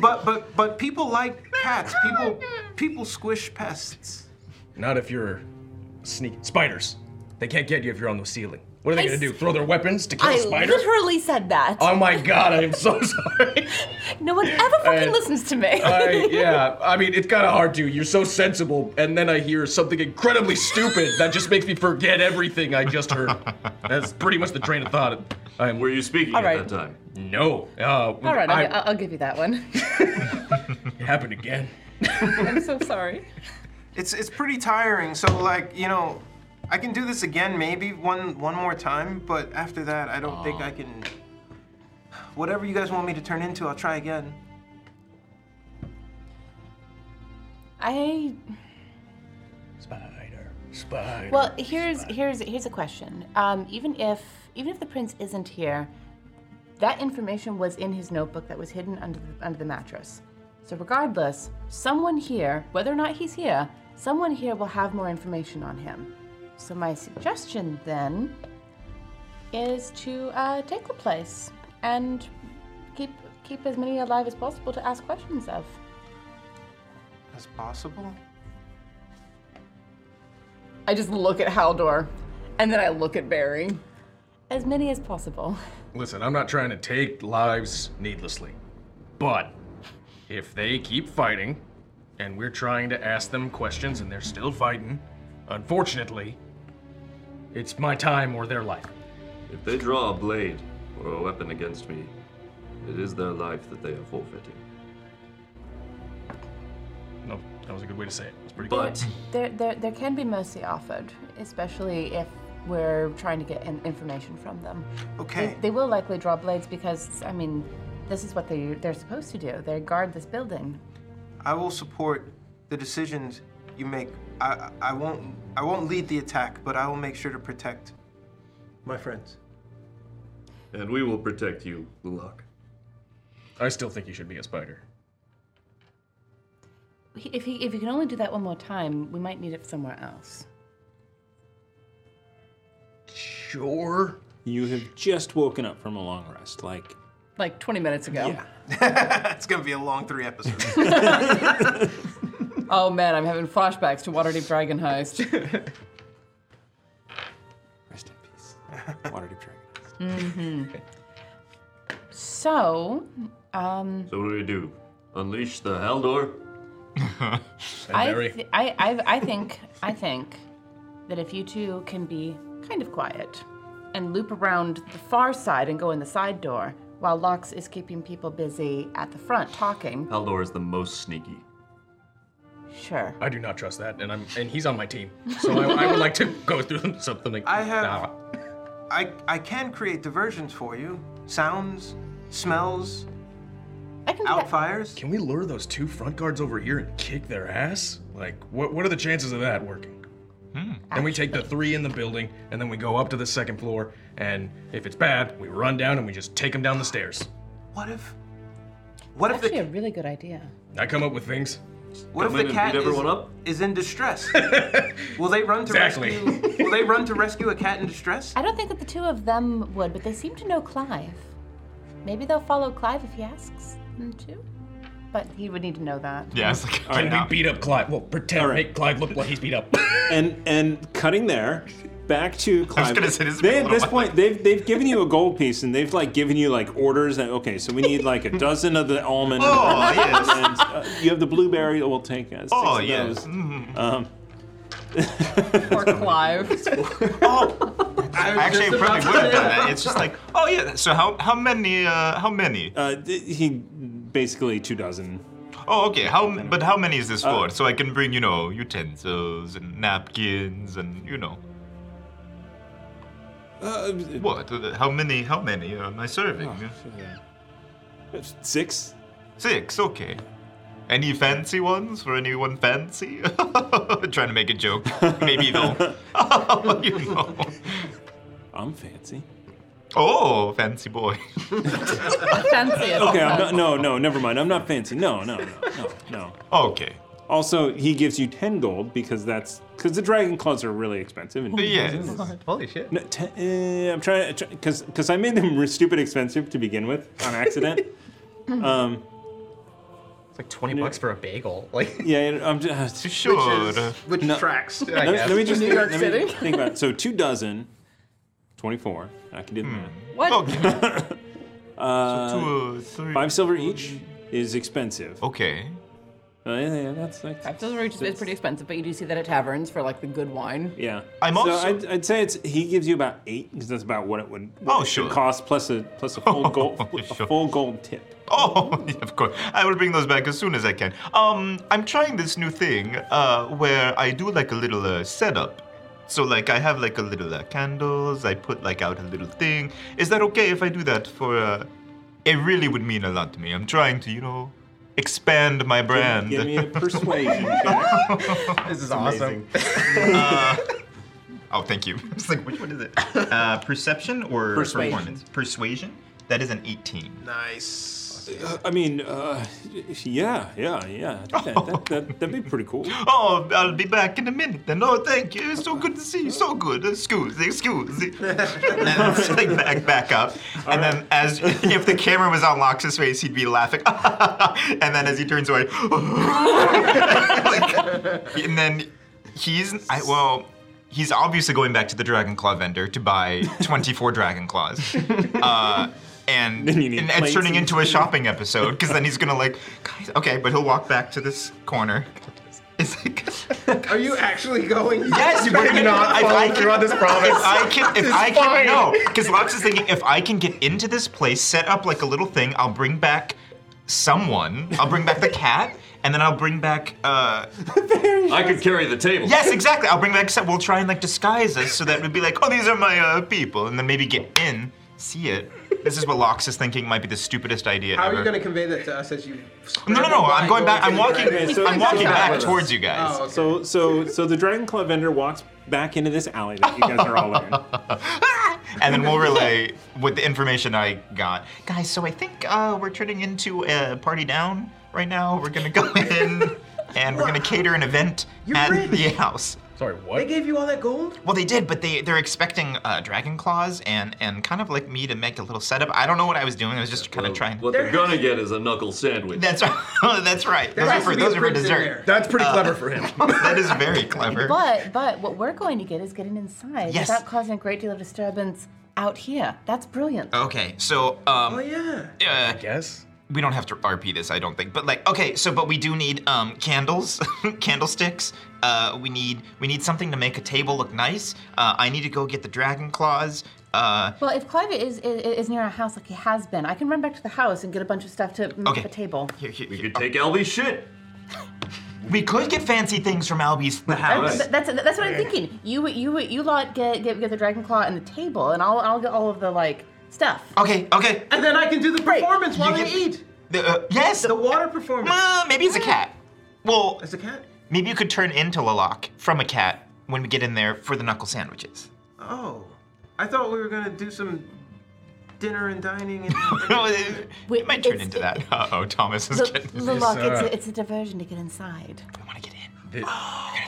B: But but but people like cats. People people squish pests.
C: Not if you're sneaky. Spiders. They can't get you if you're on the ceiling. What are they
F: I
C: going to do?
F: s-
C: Throw their weapons to kill
F: I
C: a spider?
F: literally said that.
C: Oh my god, I am so sorry.
F: No one ever fucking
C: I-
F: listens to me.
C: Uh, I, yeah, I mean, it's kind of hard to. You're so sensible, and then I hear something incredibly stupid that just makes me forget everything I just heard. That's pretty much the train of thought. I am, Were
E: you speaking
F: All right.
E: that time?
C: No. Uh,
F: All right,
C: I,
F: I'll, I'll give you that one.
C: it happened again.
F: I'm so sorry.
B: It's it's pretty tiring. So like you know, I can do this again maybe one one more time. But after that, I don't think I can. Whatever you guys want me to turn into, I'll try again.
F: I
C: Spider. Spider.
F: well, here's here's here's a question. Um, even if even if the prince isn't here, that information was in his notebook that was hidden under the, under the mattress. So regardless, someone here, whether or not he's here, someone here will have more information on him. So my suggestion then is to uh, take the place and keep keep as many alive as possible to ask questions of.
B: As possible.
Q: I just look at Haldor, and then I look at Barry.
F: As many as possible.
C: Listen, I'm not trying to take lives needlessly, but if they keep fighting, and we're trying to ask them questions and they're still fighting, unfortunately, it's my time or their life.
E: If they draw a blade or a weapon against me, it is their life that they are forfeiting.
C: No, that was a good way to say it. It's pretty
E: but,
F: There, there, there can be mercy offered, especially if we're trying to get in- information from them.
B: Okay.
F: They, they will likely draw blades because, I mean, this is what they, they're supposed to do. They guard this building.
B: I will support the decisions you make. I I I won't I won't lead the attack, but I will make sure to protect my friends.
E: and we will protect you, Lulak.
C: I still think you should be a spider.
F: He- If he, if you can only do that one more time, we might need it somewhere else.
C: Sure.
A: You have just woken up from a long rest. Like,
Q: Like 20 minutes ago.
B: it's gonna be a long three episodes.
Q: Oh man, I'm having flashbacks to Waterdeep Dragon Heist.
A: rest in peace. Waterdeep Dragon.
F: hmm So, um,
E: So what do we do? Unleash the Haldor?
F: I, th- I, I, I think, I think that if you two can be kind of quiet and loop around the far side and go in the side door, while Lux is keeping people busy at the front talking.
E: Haldor is the most sneaky.
F: Sure.
C: I do not trust that, and I'm and he's on my team, so I, I would like to go through something. Like,
B: I have-
C: Nah.
B: I, I can create diversions for you. Sounds, smells,
P: I can do that.
B: Outfires?
C: Can we lure those two front guards over here and kick their ass? Like, what, what are the chances of that working? Then we take the three in the building, and then we go up to the second floor, and if it's bad, we run down and we just take them down the stairs.
B: What if? What
P: if actually a really good idea?
C: I come up with things.
B: What if the cat is, is in distress? will they run to
C: Exactly.
B: rescue? Will they run to rescue a cat in distress?
P: I don't think that the two of them would, but they seem to know Clive. Maybe they'll follow Clive if he asks them to. But he would need to know that.
C: Yeah,
I: it's like,
C: can we beat up Clive? Well, pretend, make Clive look like he's beat up.
A: and and cutting there back to Clive.
C: gonna say this has been
A: they,
C: a
A: at
C: little
A: this point they've they've given you a gold piece and they've like given you like orders that okay so we need like a dozen of the almond.
I: Oh, yes.
A: And, uh, you have the blueberry that will take uh, us.
I: Oh,
A: yes.
I: yes.
A: Um,
F: Poor Clive.
I: Actually, I probably would have done that. It's just like, oh yeah. So how how many? Uh, how many?
A: Uh, he basically two dozen.
I: Oh, okay. How m- but how many is
A: Uh,
I: this for? So I can bring you know utensils and napkins and you know.
A: Uh,
I: what? Uh, How many? How many am I serving?
A: Oh, Six.
I: Six. Okay. Any fancy ones for anyone fancy? Trying to make a joke. Maybe they'll. you know.
A: I'm fancy.
I: Oh, fancy boy.
F: Fancy as
A: okay, I'm
F: fuck.
A: not, no, no, never mind. I'm not fancy. No, no, no, no,
I: no. Okay.
A: Also, he gives you ten gold because that's because the dragon claws are really expensive. And
I: Holy shit.
A: No, te- eh, I'm trying to because because I made them stupid expensive to begin with on accident. um,
H: It's like 20 bucks for a bagel. Like
A: yeah, I'm just
H: Which is- which tracks, I
A: let, me-
H: guess.
A: let me just
H: New
A: think,
H: York
A: let me
H: City.
A: think about it. So two dozen, twenty-four. I can do the math.
F: What?
A: Uh,
I: two, three,
A: five silver each is expensive. Oh,
I: Okay.
A: yeah, yeah, that's like
F: Five silver is is pretty expensive, but you do see that at taverns for like the good wine.
A: Yeah.
F: I'm
A: so
F: also-
A: I'd, I'd say it's he gives you about eight because that's about what it would what
I: Oh,
A: it
I: sure.
A: should cost plus a plus a full gold a full gold tip.
I: Oh, yeah, of course. I will bring those back as soon as I can. Um, I'm trying this new thing uh, where I do like a little uh, setup. So, like, I have like a little uh, candles. I put like out a little thing. Is that okay if I do that for? Uh... It really would mean a lot to me. I'm trying to, you know, expand my brand.
A: Give me a persuasion check.
I: this
H: is awesome.
I: Uh, Oh, thank you. I was like, which one is it? Uh, perception or
A: Persuasion.
I: performance? Persuasion. That is an 18.
B: Nice.
A: Uh, I mean, uh, yeah, yeah, yeah. That, that, that, that'd be pretty cool.
I: Oh, I'll be back in a minute then. Oh, thank you. It's so good to see you. So good. Uh, Excuse, excuse. and then it's like back, back up. and then as if the camera was on Lox's face, he'd be laughing. and then as he turns away, and then he's I, well, he's obviously going back to the dragon claw vendor to buy 24 dragon claws. Uh, and, and it's
A: plates
I: turning
A: and-
I: into a shopping episode because then he's gonna like, guys, okay, but he'll walk back to this corner.
H: Are you actually going?
I: Yes,
H: you better not
I: If
H: follow
I: I
H: through on this promise.
I: If I can, if
H: It's
I: I can,
H: fine.
I: no, because Lux is thinking if I can get into this place, set up like a little thing, I'll bring back someone. I'll bring back the cat, and then I'll bring back. uh
L: I could carry the table.
I: Yes, exactly. I'll bring back. Some, we'll try and like disguise us so that we'd be like, oh, these are my uh, people, and then maybe get in, see it. This is what Lox is thinking might be the stupidest idea
B: How
I: ever.
B: are you going to convey that to us as you?
I: No, no, no. I'm going back. I'm walking. I'm walking back towards you guys.
H: Oh,
A: So, so, so the Dragon Claw vendor walks back into this alley that you guys are all in.
I: and then we'll relay with the information I got. Guys, so I think uh, we're turning into a party down right now. We're gonna go in and we're gonna cater an event at the house.
C: Sorry, what?
B: They gave you all that gold?
I: Well, they did, but they they're expecting uh, dragon claws and and kind of like me to make a little setup. I don't know what I was doing. I was just kind of trying.
L: What they're gonna get is a knuckle sandwich.
I: That's right. That's right.
L: There
I: Those are
L: has to
I: for
L: be a
I: those are for
L: prince in
I: dessert.
L: there.
I: That's
C: pretty
H: Uh,
I: clever for him. that is very clever.
P: But but what we're going to get is getting inside
I: Yes.
P: without causing a great deal of disturbance out here. That's brilliant.
I: Okay, so um,
P: Oh, yeah.
I: Uh, I
C: guess
I: we don't have to RP this, I don't think. But like, okay, so but we do need um candles, candlesticks. Uh, we need we need something to make a table look nice. Uh, I need to go get the dragon claws. Uh,
P: Well, if Clive is, is is near our house like he has been, I can run back to the house and get a bunch of stuff to make
I: Okay.
P: a table.
I: we could take Albie's shit. we could get fancy things from Albie's the
P: I-
I: house.
P: th- that's that's what I'm thinking. You you you lot get get, get the dragon claw and the table, and I'll I'll get all of the like stuff.
I: Okay, okay.
B: And then I can do the performance while they eat.
I: The, uh, yes, the
B: water performance.
I: maybe it's a cat. Well,
B: it's a cat.
I: Maybe you could turn into Lalak from a cat when we get in there for the knuckle sandwiches.
B: Oh, I thought we were gonna do some dinner and dining. And,
I: it might turn into that. Uh oh, Thomas is
P: Look,
I: getting
P: look, it's a, it's a diversion to get inside.
I: You're gonna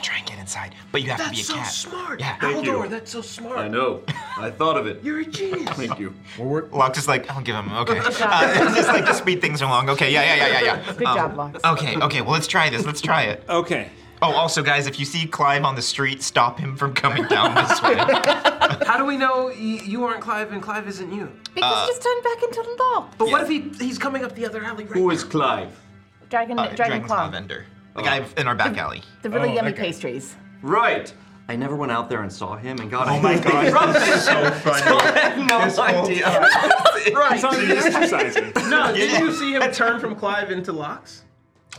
I: try and get inside, but you have to be a
B: That's so
I: cat.
B: smart.
I: Yeah,
B: Thank you. Haldor, that's so smart.
I: I know. I thought of it.
B: You're a genius.
I: Thank you. Locke is like, I'll give him. Okay,
B: Good job.
I: uh, um, just like to speed things along. Okay, yeah, yeah, yeah, yeah, yeah.
P: Good job, Locke.
I: Okay, okay. Well, let's try this. Let's try it.
A: Okay.
I: Oh, also, guys, if you see Clive on the street, stop him from coming down this way.
B: How do we know y- you aren't Clive and Clive isn't you?
P: Because
I: Uh,
P: he just turned back into a doll.
B: But what if he he's coming up the other alley right
I: is Clive?
P: Dragon,
I: Uh,
P: Dragon,
I: Dragon's
P: Claw.
I: vendor. The guy in our back alley.
P: The really yummy pastries.
E: Right. I never went out there and saw him, and God, oh
I: my
E: God,
I: so
E: I have no idea.
B: right.
E: It's on the exercise.
B: No, did you see him turn from Clive into Locks?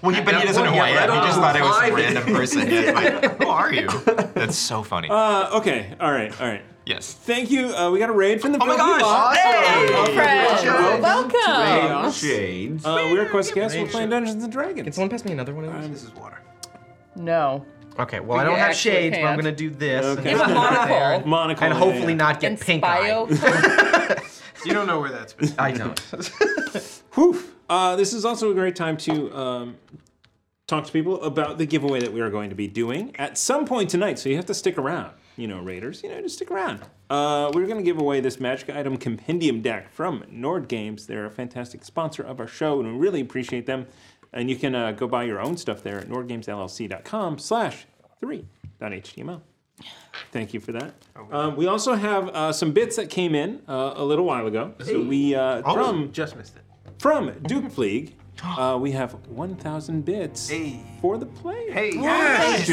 I: Well, he, but he doesn't know who I am. He just thought I was a
B: Clive.
I: random person. He's like, who are you? That's so funny.
A: Uh, okay. All right. All right.
I: Yes.
A: Thank you. Uh, we got a raid from the Oh
I: my gosh.
A: Hey,
I: Awesome.
A: Welcome.
I: Welcome.
A: Welcome.
E: Shades.
A: Uh, we're Quest Guest. We're playing Dungeons and Dragons. Can
H: someone pass me another one of these?
B: this is water.
F: No.
H: Okay, well,
F: You
H: I don't have
F: actually
H: shades, but I'm
F: can't.
H: gonna do this.
F: Okay.
H: and
F: You have a
H: put it
F: monocle.
H: there,
A: Monocle,
H: And
A: yeah,
H: hopefully
A: yeah.
H: not get pink eye.
B: You don't know where that's been.
H: I don't.
A: Whew. Uh, this is also a great time to um, talk to people about the giveaway that we are going to be doing at some point tonight. So you have to stick around, you know, Raiders. You know, just stick around. Uh, we're going to give away this magic item compendium deck from Nord Games. They're a fantastic sponsor of our show, and we really appreciate them. And you can uh, go buy your own stuff there at nordgamesllc.com slash 3.html. Thank you for that. Um, we also have uh, some bits that came in uh, a little while ago. So we, uh,
B: Oh,
A: from
B: just missed it.
A: From Duke Fleeg, uh, we have 1,000 bits for the play. Hey,
B: yes.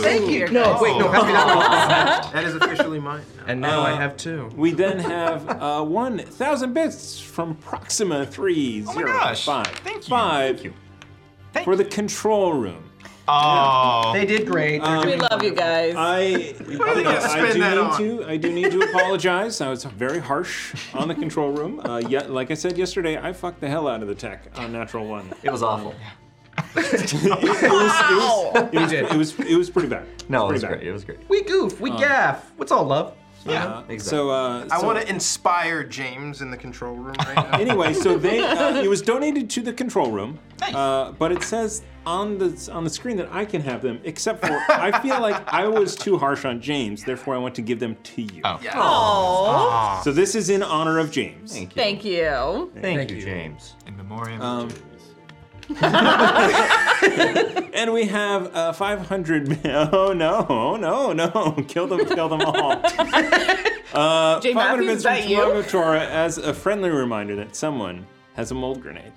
A: Thank you.
B: No, wait, no,
A: pass me that
B: that is officially mine.
H: And now I have two.
A: We then have uh, 1,000 bits from Proxima 305. Thank you. Thank you. for the control room.
I: Oh.
H: They did great.
B: Uh,
H: They're
F: we love you guys.
A: I,
F: What are they gonna
A: I
F: spin
A: do
F: that
A: need
F: on?
A: to. I do need to apologize. I was very harsh on the control room. Uh, yet, like I said yesterday, I fucked the hell out of the tech on natural one. It was awful. it, was, it, was, it, was, it was pretty bad.
E: No, it was
A: Pretty bad.
E: great. It was great.
H: We goof, we
A: Uh,
H: gaff. What's all love?
A: Yeah. So, uh,
B: I
A: so-
B: want to inspire James in the control room right now.
A: anyway, so they uh, it was donated to the control room, uh, but it says on the on the screen that I can have them, except for I feel like I was too harsh on James, therefore I want to give them to you. Oh.
F: Yeah. Aw.
A: So this is in honor of James. Thank
F: Thank you.
A: you, James.
I: In memoriam.
A: Um, and we have uh, 500. Oh no! Oh no! No! Kill them! Kill them all. Uh,
F: Jay
A: 500 bits
F: Matthews,
A: from
F: is that you?
A: Chicago Torah as a friendly reminder that someone has a mold grenade.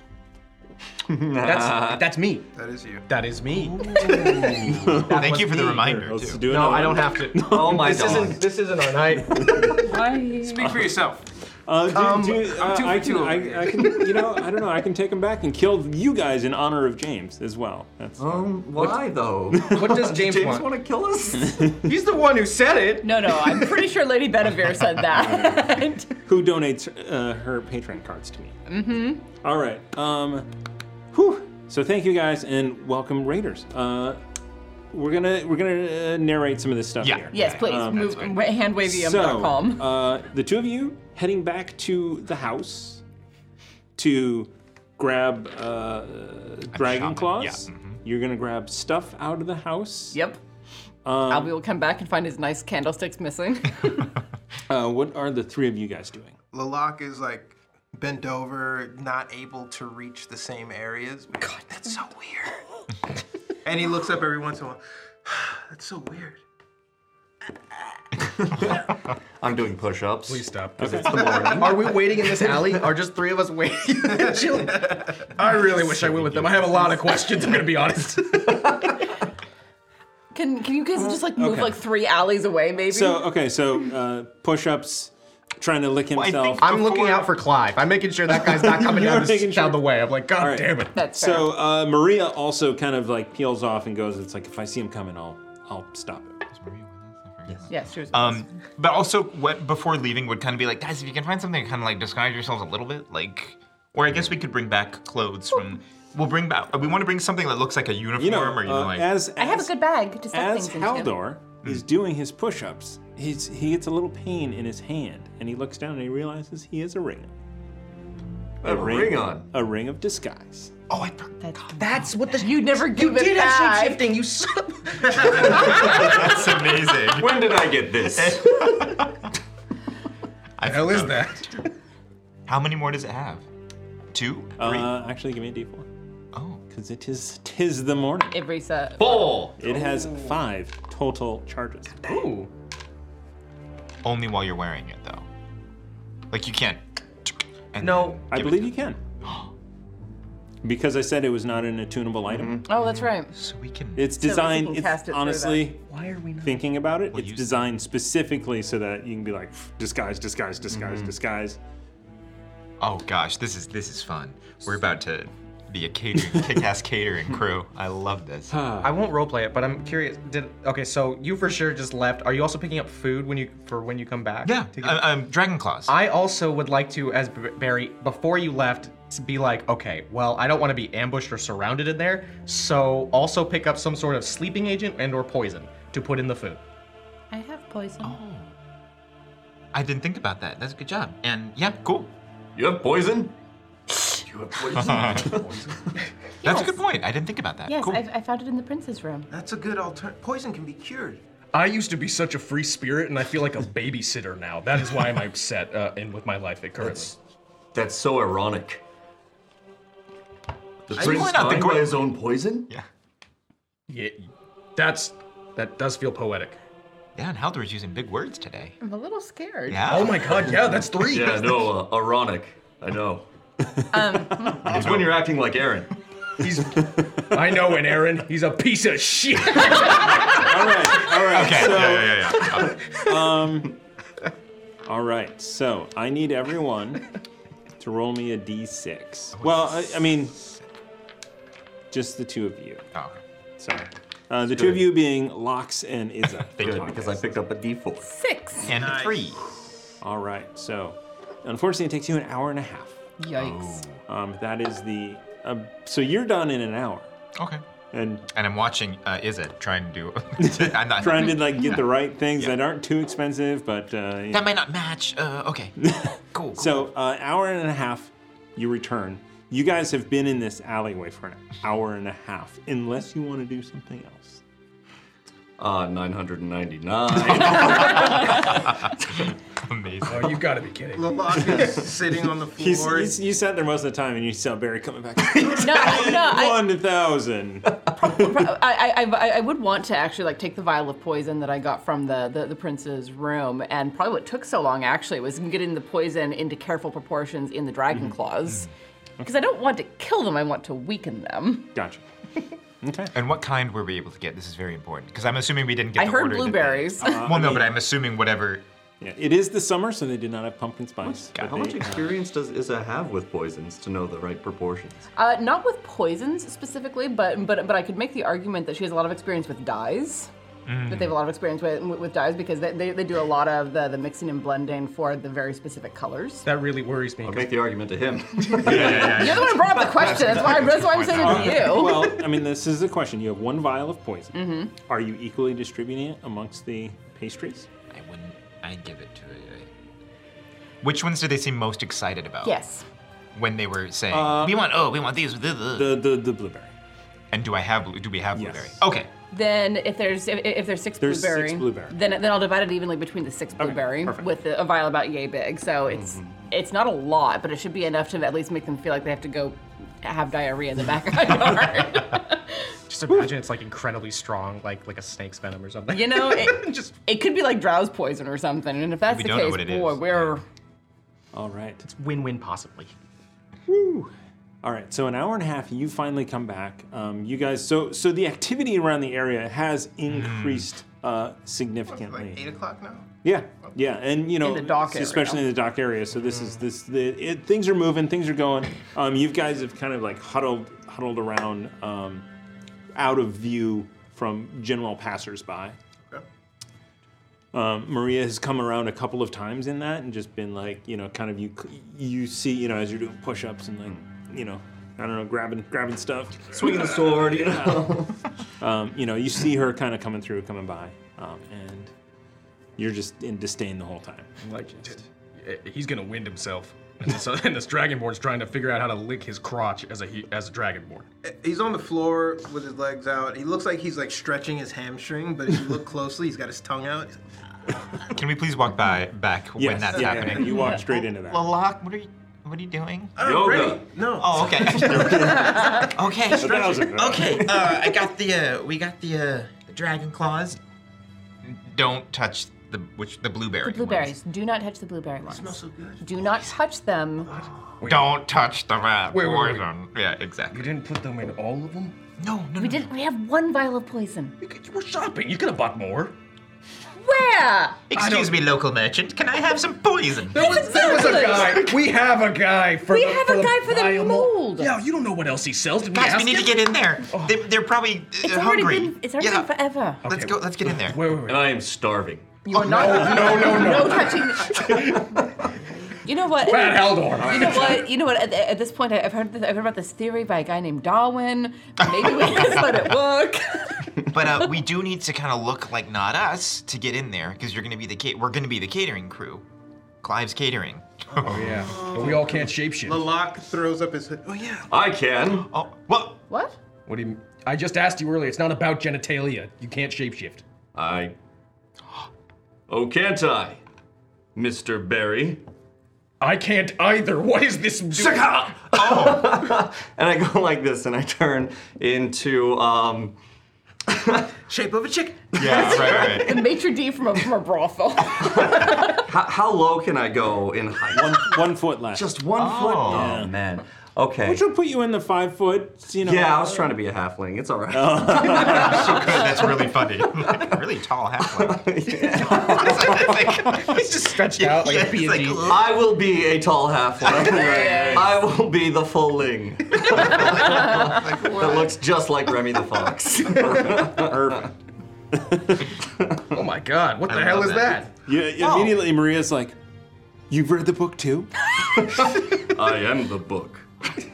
C: Uh-huh.
H: That's that's me.
B: That is you.
H: That is me.
I: Thank you for the reminder.
A: too.
H: no, I don't have to.
E: Oh my
H: this
E: God.
H: Isn't, this isn't our night.
B: Speak for yourself.
A: Uh,
B: Um,
A: do, do,
B: I'm
A: uh,
B: two
A: I
B: for
A: can,
B: two over
A: I,
B: here.
A: I can, you know, I don't know. I can take him back and kill you guys in honor of James as well. That's
E: um,
H: why,
E: though?
H: What does James,
A: James
H: want?
E: to kill us?
H: He's the one who said it.
F: No, no, I'm pretty sure Lady Bedivere said that.
A: Who donates uh, her Patreon cards to me?
F: mm-hmm.
A: All right. Um, whew. So thank you guys and welcome Raiders. Uh, we're gonna we're gonna uh, narrate some of this stuff here.
F: Yes, please.
A: Um,
F: move wa- hand wavy um, dot com.
A: So, uh, the two of you heading back to the house to grab uh, dragon claws.
I: mm-hmm.
A: You're gonna grab stuff out of the house.
F: Yep.
A: Um,
F: Albie will come back and find his nice candlesticks missing.
A: uh, what are the three of you guys doing?
B: Lalak is like bent over, not able to reach the same areas. God, that's so weird. and he looks up every once in a while. That's so weird.
E: I'm doing push-ups.
C: Please stop.
E: 'cause it's the morning.
H: Are we waiting in this alley? Are just three of us waiting? Chilling? I really wish I went with them. I have a lot of questions. I'm gonna be honest.
F: can Can you guys just like move
A: Okay.
F: like three alleys away, maybe?
A: So okay, so uh, push-ups, trying to lick himself.
H: I'm looking out for Clive. I'm making sure that guy's not coming
A: You're
H: down, this,
A: making
H: down the way. I'm like, God damn it.
A: so uh, Maria also kind of like peels off and goes. It's like if I see him coming, I'll I'll stop it.
F: yes, she was.
I: Um, but also, what before leaving would kind of be like, guys, if you can find something, kind of like disguise yourselves a little bit, like Or I guess we could bring back clothes from. We'll bring back. We want to bring something that looks like a uniform, or you know,
A: uh,
I: like
A: as
P: I have a good bag to stuff
A: as
P: things into.
A: Haldor is doing his push-ups, he's, he gets a little pain in his hand, and he looks down and he realizes he has a ring.
E: I have a ring on.
A: A ring of disguise.
I: Oh,
H: That's what the
F: you never give
H: you
F: it
H: did
F: back.
H: at shapeshifting. You son of-
I: That's amazing.
E: When did I get this?
I: I hell is that? How many more does it have? Two? Three?
A: Uh, actually, give me a d4. Oh. Because it is tis the morning.
F: It resets.
A: It has five total charges.
I: Ooh. Only while you're wearing it, though. Like you can't.
A: no. I believe you can. Because I said it was not an attunable item.
F: Oh, that's right.
I: So we can.
A: It's
F: So we
A: designed.
F: can
A: it's
F: cast it through
A: honestly.
F: that.
H: Why are we not?
A: Thinking about it, it's designed specifically so that you can be like "Pff, disguise, disguise, disguise,
I: Mhm.
A: disguise.
I: Oh gosh, this is this is fun. We're about to be a catering, kick-ass catering crew. I love this.
H: I won't roleplay it, but I'm curious. Did okay? So you for sure just left. Are you also picking up food when you for when you come back? Yeah.
I: I, am dragon claws.
H: I also would like to, as B- Barry, before you left, to be like, okay, well, I don't want to be ambushed or surrounded in there, so also pick up some sort of sleeping agent and or poison to put in the food.
P: I have poison.
H: Oh,
I: I didn't think about that. That's a good job. And yeah, cool.
E: You have poison? You have poison?
I: That's a good point. I didn't think about that.
P: Yes, I, I found it in the prince's room.
B: That's a good alternative. Poison can be cured.
C: I used to be such a free spirit, and I feel like a babysitter now. That is why I'm upset uh, and with my life at currently.
E: That's, that's so ironic. The
C: I-
E: prince
C: Why not the
E: dying
C: gr-
E: by his own poison?
I: Yeah.
C: Yeah, that's that does feel poetic.
I: Yeah, and Haldor is using big words today.
A: Oh
P: I'm a little scared.
I: Yeah. Oh my God, yeah, that's three.
E: yeah, no, uh, ironic. I know.
C: Um,
E: it's when you're acting like Aaron.
C: He's. I know an Aaron. He's a piece of shit.
A: all right, all right.
C: Okay,
A: So,
C: yeah, yeah,
A: um, all right. So I need everyone to roll me a d6. Well, I, I mean, just the two of you.
I: Oh, okay.
A: Sorry. Uh, the two of
E: Good.
A: you being Locks and Izza.
E: Good, because I picked up a d4.
P: Six.
I: And three.
A: All right. So, unfortunately, it takes you an hour and a half.
P: Yikes.
H: Oh.
A: Um, that is the. Um, so you're done in an hour.
I: Okay.
A: And
I: And I'm watching. Uh, is it trying to? I'm not
A: trying to like get
I: Yeah.
A: the right things that aren't too expensive, but uh, you
I: That might not match. Uh, okay. cool.
A: So, uh, hour and a half, you return. You guys have been in this alleyway for an hour and a half, unless you want to do something else.
E: Uh, 999.
I: Amazing.
C: Oh, you've got to be kidding.
B: Lalak is sitting on the
A: He's,
B: floor.
A: he's- you sat there most of the time, and you saw Barry coming back.
F: No, no, I,
A: One thousand.
F: I, I, I, I would want to actually like take the vial of poison that I got from the, the, the prince's room, and probably what took so long actually was getting the poison into careful proportions in the dragon
I: Mm-hmm.
F: claws, because I don't want to kill them. I want to weaken them.
A: Gotcha. Okay.
I: And what kind were we able to get? This is very important because I'm assuming we didn't get.
F: I
I: the
F: heard
I: order that they-
F: blueberries. Uh, I
I: well, no,
F: mean-
I: but I'm assuming whatever.
A: Yeah, it is the summer, so they did not have pumpkin spice.
E: How much experience does Izza have with poisons to know the right proportions?
F: Uh, not with poisons specifically, but but but I could make the argument that she has a lot of experience with dyes. That
I: Mm.
F: they have a lot of experience with with dyes because they, they, they do a lot of the, the mixing and blending for the very specific colors.
H: That really worries me.
E: I'll make the argument to him.
F: You're the one who brought up the question. That's why, that's why I'm saying it to you.
A: well, I mean, this is the question. You have one vial of poison.
F: Mhm.
A: Are you equally distributing it amongst the pastries?
I: I wouldn't. I give it to it. Which ones did they seem most excited about?
F: Yes.
I: When they were saying,
A: Uh,
I: "We want oh, we want these." The the,
A: the, the blueberry.
I: And do I have? blue- Do we have blueberry? Okay.
F: Then if there's if, if there's six
I: There's six
F: blueberry,
I: blueberry.
F: then then I'll divide it evenly between the six blueberry with a, a vial about yay big. So
H: Mm-hmm.
F: it's it's not a lot, but it should be enough to at least make them feel like they have to go have diarrhea in the back.
H: Just imagine it's like incredibly strong, like like a snake's venom or something.
F: you know, it, it could be like drow's poison or something. And if that's
H: We
F: the
H: don't know
F: case,
H: what it is.
F: boy, we're
A: All right. It's
H: win-win possibly.
A: All right, so an hour and a half, you finally come back. Um, you guys, so so the activity around the area has increased uh, significantly.
B: Eight o'clock now.
A: Yeah, yeah, and you know,
B: In the dock area.
A: especially in the dock area. So this is this the it, things are moving, things are going. Um, you guys have kind of like huddled huddled around, um, out of view from general passersby. Um, Maria has come around a couple of times in that and just been like, you know, kind of you you see, you know, as you're doing push-ups and like, you know, I don't know, grabbing grabbing stuff,
R: Swinging the sword, you
A: Yeah.
R: know.
A: um, you know, you see her kind of coming through, coming by, um, and you're just in disdain the whole time.
H: Like, t- he's gonna wind himself. And this, and this dragonborn's trying to figure out how to lick his crotch as a he- as a dragonborn.
B: He's on the floor with his legs out. He looks like he's like stretching his hamstring, but if you look closely, he's got his tongue out. He's like,
I: Can we please walk by back when
B: Yes,
I: that's
B: yeah,
I: happening?
B: yeah, you walk straight into that.
I: Lalak, what are you what are you doing?
B: I don't know, Yoga. ready. No.
I: Oh, okay. okay.
B: A thousand.
I: Okay. Uh, I got the uh, we got the uh, the dragon claws. Don't touch the which the blueberry.
F: The blueberries. Do not touch the blueberry ones.
B: smells so good.
F: Do not touch them.
I: Don't touch the rat
H: Wait, wait, wait.
I: poison. Yeah, exactly.
H: You didn't put them in all of them.
I: No, no.
F: We didn't. We have one vial of poison.
H: We're shopping. You could have bought more.
F: Where?
I: Excuse me, local merchant. Can I have some poison?
H: There was, there was a guy. We have a guy for.
I: We
H: the,
I: have
H: for
I: a
H: the
I: guy for the
H: vial mo-
F: mold.
H: Yeah, you don't know what else he sells. Did
I: Guys,
H: ask
I: we need to
H: him?
I: get in there.
H: Oh.
I: They, they're probably uh,
F: It's already
I: hungry.
F: been. It's already been forever.
I: Let's go. Let's get in there.
E: And I am starving.
F: You are Oh, not.
H: No, no,
F: No
H: no.
F: touching. You know what?
H: Brad Haldor.
F: You know what? You know what? At, at this point, I- I've heard, this, I've heard about this theory by a guy named Darwin. Maybe we just let it work.
I: but uh, we do need to kind of look like not us to get in there because you're going to be the ca- we're going to be the catering crew. Clive's catering.
H: Oh yeah. But we all can't shapeshift.
B: Lalak throws up his head. Oh yeah.
H: I can.
I: Oh, what?
F: What?
H: What do you? I just asked you earlier. It's not about genitalia. You can't shapeshift.
E: I. Oh, can't I, Mister Barry?
H: I can't either. What is this?
E: Shaka! and I go like this, and I turn into um.
B: Shape of a chick.
E: Yeah, right, right.
F: the maitre d from a, from a brothel.
E: How, how low can I go in height? One,
A: one foot less.
E: Just one foot. Oh man. Okay.
A: Which will put you in the five foot. You know.
E: yeah, I was trying to be a halfling. It's all right.
I: That's really funny. Like, really tall halfling. He's just
H: stretched out
I: like a
E: Like, I will be a tall halfling. I will be the full ling. that looks just like Remy the Fox.
H: oh my God! What
A: I
H: the hell
A: love
H: is that?
A: that. Yeah, yeah, immediately Maria's like, "You've read the book too."
E: I am the book.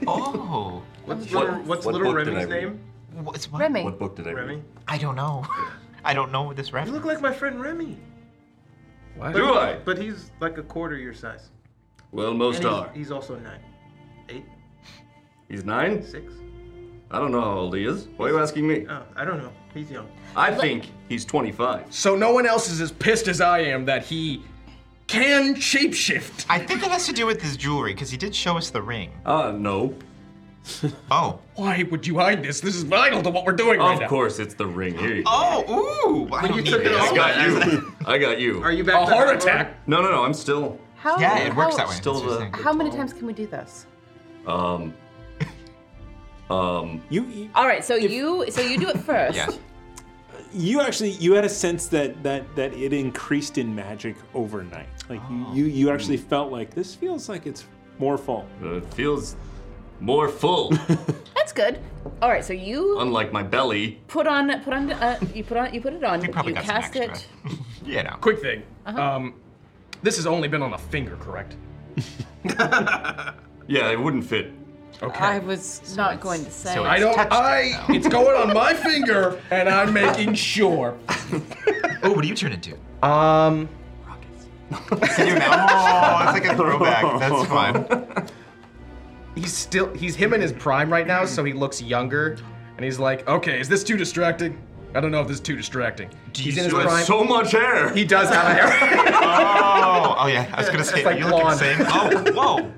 I: Oh.
B: What's,
E: What-
B: little, what's
E: what
B: little
E: book did
B: Remy's
E: I read?
B: name?
I: What's
F: Remy.
E: What book did I read?
B: Remy.
I: I don't know. I don't know this
B: You
I: reference.
B: look like my friend Remy.
H: What?
B: But-
E: Do I?
B: But he's like a quarter your size.
E: Well, most
B: And he's-
E: are.
B: He's also nine. Eight?
E: He's nine?
B: Six?
E: I don't know how old he is. Why are you asking me?
B: Oh, I don't know. He's young.
E: I think he's 25.
H: So no one else is as pissed as I am that he can shapeshift.
I: I think it has to do with his jewelry because he did show us the ring.
E: Uh, no.
I: Oh.
H: Why would you hide this? This is vital to what we're doing right
E: of
H: now.
E: course, it's the ring. Here you go.
I: Oh, ooh! I
H: When
I: don't
H: you
I: need
H: took it
I: this.
H: off,
E: I got you. I got you. Are
B: you back?
H: A to heart Haldor? attack?
E: No, no, no. I'm still.
F: How- Yeah, it works how- that way.
E: Still the.
F: How many times can we do this?
E: Um. Um.
A: You.
F: All right. So you. So you do it first.
A: You actually, you had a sense that that that it increased in magic overnight. Like you, you, you actually felt like this feels like it's more full.
E: It feels more full,
F: That's good. All right. So you
E: unlike my belly.
F: put on put on uh, you put on you put it on.
H: probably
F: You
H: got some
F: cast it.
I: Yeah. No.
H: Quick thing.
F: Uh-huh.
H: Um, this has only been on a finger, correct?
E: Yeah, it wouldn't fit.
H: Okay.
F: I was not going to say.
H: I don't. I. It's going on my finger, and I'm making sure.
I: oh, what do you turn into?
C: Um.
I: Oh, it's like a throwback. That's fun.
C: He's still. He's him in his prime right now, so he looks younger. And he's like,
H: "Oh,
C: okay, is this too distracting? I don't know if this is too distracting. he's in his
E: still have
C: prime.
E: so much hair.
C: He does have a hair.
I: Oh, oh yeah. I was gonna
C: It's
I: say
C: like
I: you look the
C: blonde.
I: same. Oh, whoa.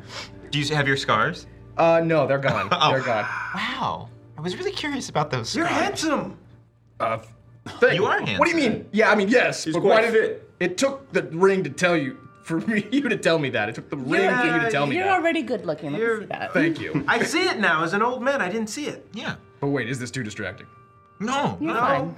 I: Do you have your scars?
C: Uh, no, they're gone. They're gone.
I: Wow. I was really curious about those.
C: You're
I: scars.
C: handsome. Uh,
I: You are handsome.
C: What do you mean? Yeah, I mean yes,
I: He's
C: but
I: quite
C: why did it? It took the ring to tell you for me you to tell me that. It took the ring for you to tell me
F: you're
C: that.
F: already good looking. Let me see that.
C: Thank you.
B: I see it now as an old man. I didn't see it.
I: Yeah.
C: But wait, is this too distracting?
I: No,
B: no.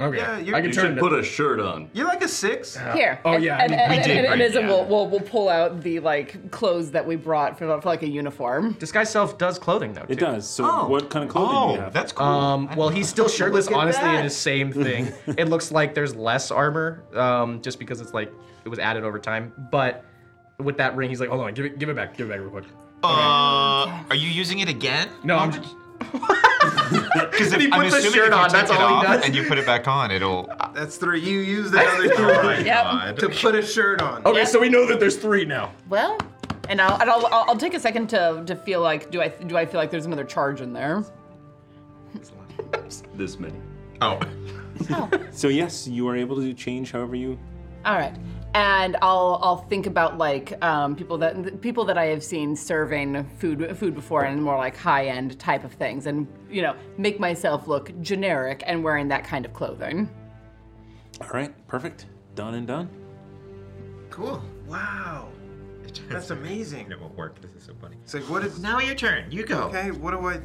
C: Okay,
B: Yeah, you're-
C: I can
B: You
C: turn
B: should
C: it-
B: put a
L: shirt on.
B: You're like a six.
F: Here.
C: Oh yeah,
F: and,
C: we-
F: and,
C: we
F: and,
C: did
F: and,
C: great.
F: Izzy will- will will pull out the like clothes that we brought for, for like a uniform.
H: Disguise self does clothing though. Too. It
A: does. So Oh. what kind of clothing
H: oh,
A: do you have?
H: that's cool. Um, well, he's still shirtless.
A: Look at
H: Honestly,
A: that.
H: it is same thing. it looks like there's less armor, um, just because it's like it was added over time. But with that ring, he's like, hold on, give it, give it back, give it back real quick.
I: Uh, are you using it again?
H: No, I'm just.
I: Because
H: He puts a shirt on, that's all he does.
I: And you put it back on, it'll. Oh.
B: That's three. You use that other three to put a shirt on.
C: Okay, so we know that there's three now.
F: Well, and I'll and I'll, I'll, I'll take a second to, to feel like do I do I feel like there's another charge in there?
L: This many.
I: Oh.
A: so yes, you are able to change however you.
F: All right, and I'll I'll think about like um, people that people that I have seen serving food food before and more like high end type of things, and you know make myself look generic and wearing that kind of clothing.
A: All right, perfect. Done and done.
B: Cool. Wow. That's amazing.
I: It won't work. This is so funny.
B: It's like, what is.
I: Now your turn. You go.
B: Okay, what do I.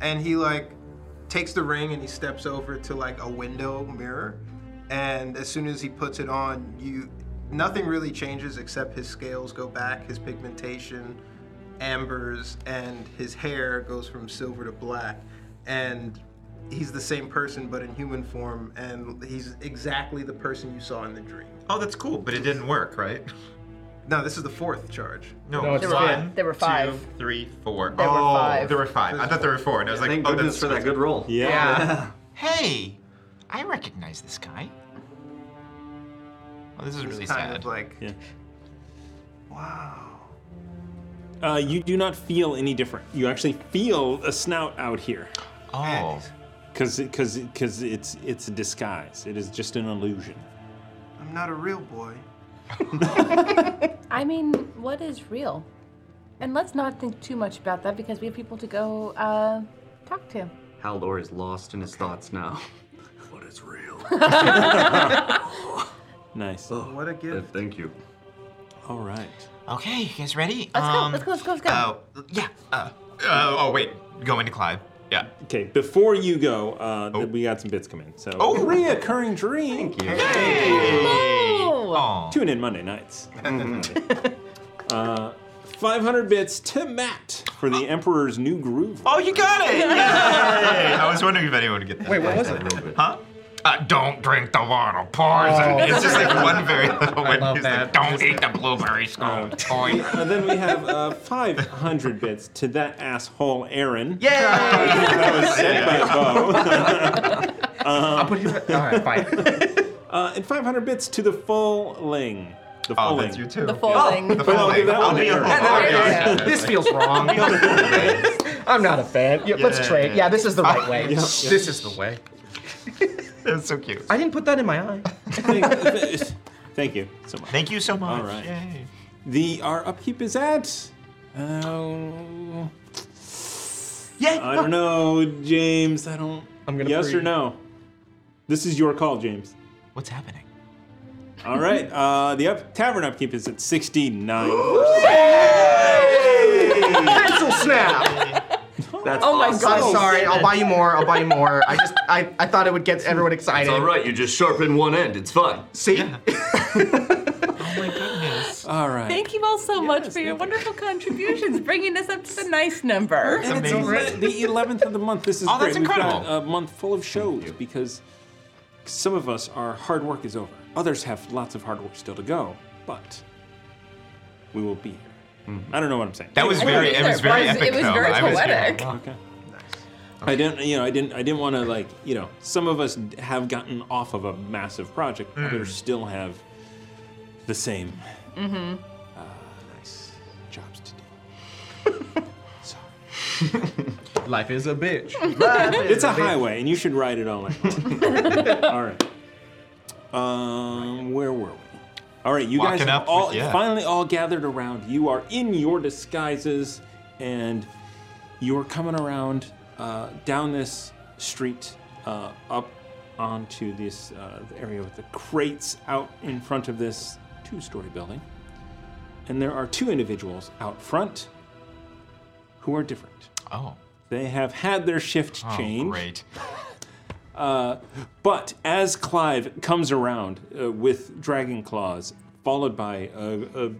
B: And he, like, takes the ring and he steps over to, like, a window mirror. And as soon as he puts it on, you. Nothing really changes except his scales go back, his pigmentation ambers, and his hair goes from silver to black. And he's the same person, but in human form, and he's exactly the person you saw in the dream.
I: Oh, that's cool, but it didn't work, right?
B: No, this is the fourth charge.
I: No,
B: No, it's
I: it's
B: There were-
I: one,
B: there were
I: two,
B: five.
I: three, four.
B: There
I: oh,
B: were five.
I: there were five. I thought there were four, and I was like,
E: Thank
I: oh,
E: goodness
I: that's
E: for that good roll.
I: Yeah.
E: Yeah.
I: Hey, I recognize this guy. Oh, this is really
B: kind
I: sad.
B: of like,
A: Uh, you do not feel any different. You actually feel a snout out here.
I: Oh.
A: Because because because it's it's a disguise. It is just an illusion.
B: I'm not a real boy.
P: I mean, what is real? And let's not think too much about that because we have people to go uh, talk to.
E: Haldor is lost in his thoughts now. What is real?
A: nice.
B: what a gift.
E: thank you.
A: All right.
I: Okay, you guys ready? Um,
P: Let's go, let's go, let's go, let's go.
I: Uh, yeah. Uh, uh, oh, wait. Going to Clive. Yeah.
A: Okay, before you go, uh, we got some bits come in. So
I: Oh.
A: reoccurring dream. Thank you. Tune in Monday nights. uh, 500 bits to Matt for the Emperor's New Groove.
I: Oh, you got it! Yay! I was wondering if anyone would get that.
A: Wait, what
I: was it? Huh? Uh, don't drink the water poison.
A: Oh.
I: It's just like one very little
A: I
I: one.
A: love Oh.
I: who's like, don't eat the blueberry scone toy.
A: And then we have uh, 500 bits to that asshole Aaron.
I: Yay!
A: that was said
I: Oh,
A: by Bo.
H: I'll put you. All right, fine.
A: Uh, and 500 bits to the full ling. The
I: Oh,
A: full
I: that's you too.
F: The full Oh, ling. the
A: But
F: full
A: I'll give
F: ling.
A: that
F: I'll
A: one
F: be
A: to
F: a-
A: Aaron.
F: Yeah, there you
H: Yeah, this feels wrong. I'm not a fan. Yeah, let's
I: Yeah.
H: trade. Yeah, this is the right way.
I: Yeah.
H: This is the way.
I: That's so cute.
H: I didn't put that in my eye.
A: Thank you so much.
I: Thank you so much.
A: All right.
I: Yay.
A: The our upkeep is at. Uh,
I: yeah.
A: I don't know, James. I don't. I'm
I: gonna
A: Yes or
I: breathe.
A: no? This is your call, James.
I: What's happening?
A: All right. Uh, the up, tavern upkeep is at 69.
H: Pencil snap.
E: That's
H: oh my god!
E: awesome.
H: sorry. I'll buy you more. I'll buy you more. I just I, I thought it would get everyone excited.
E: It's all right. You just sharpen one end. It's fun.
H: See?
A: All right.
P: Thank you all so much for your wonderful contributions, bringing us up to the nice number.
A: And it's already the 11th of the month. This is
P: Oh,
A: great.
P: that's
A: We've
P: incredible.
A: got a month full of shows because some of us, our hard work is over. Others have lots of hard work still to go, but we will be here. I don't know what I'm saying.
I: Mm-hmm. That was I very- don't it was either, very but it was- epic, it was though. very I was here. poetic.
A: okay. I didn't, you know, I didn't, I didn't want to like, you know, some of us have gotten off of a massive project.
I: Mm.
A: Others still have the same
F: Mm-hmm.
A: nice jobs to do.
H: Life is a bitch.
A: it's a highway, and you should ride it all night. long. all right. Um, where were we? All right, you
I: Walking
A: guys have
I: up
A: all
I: with- yeah.
A: finally all gathered around. You are in your disguises, and you are coming around uh, down this street, uh, up onto this uh, area with the crates out in front of this two-story building, and there are two individuals out front who are different.
I: Oh.
A: They have had their shift
I: Oh,
A: change.
I: great.
A: Uh, but as Clive comes around uh, with dragon claws, followed by a, a,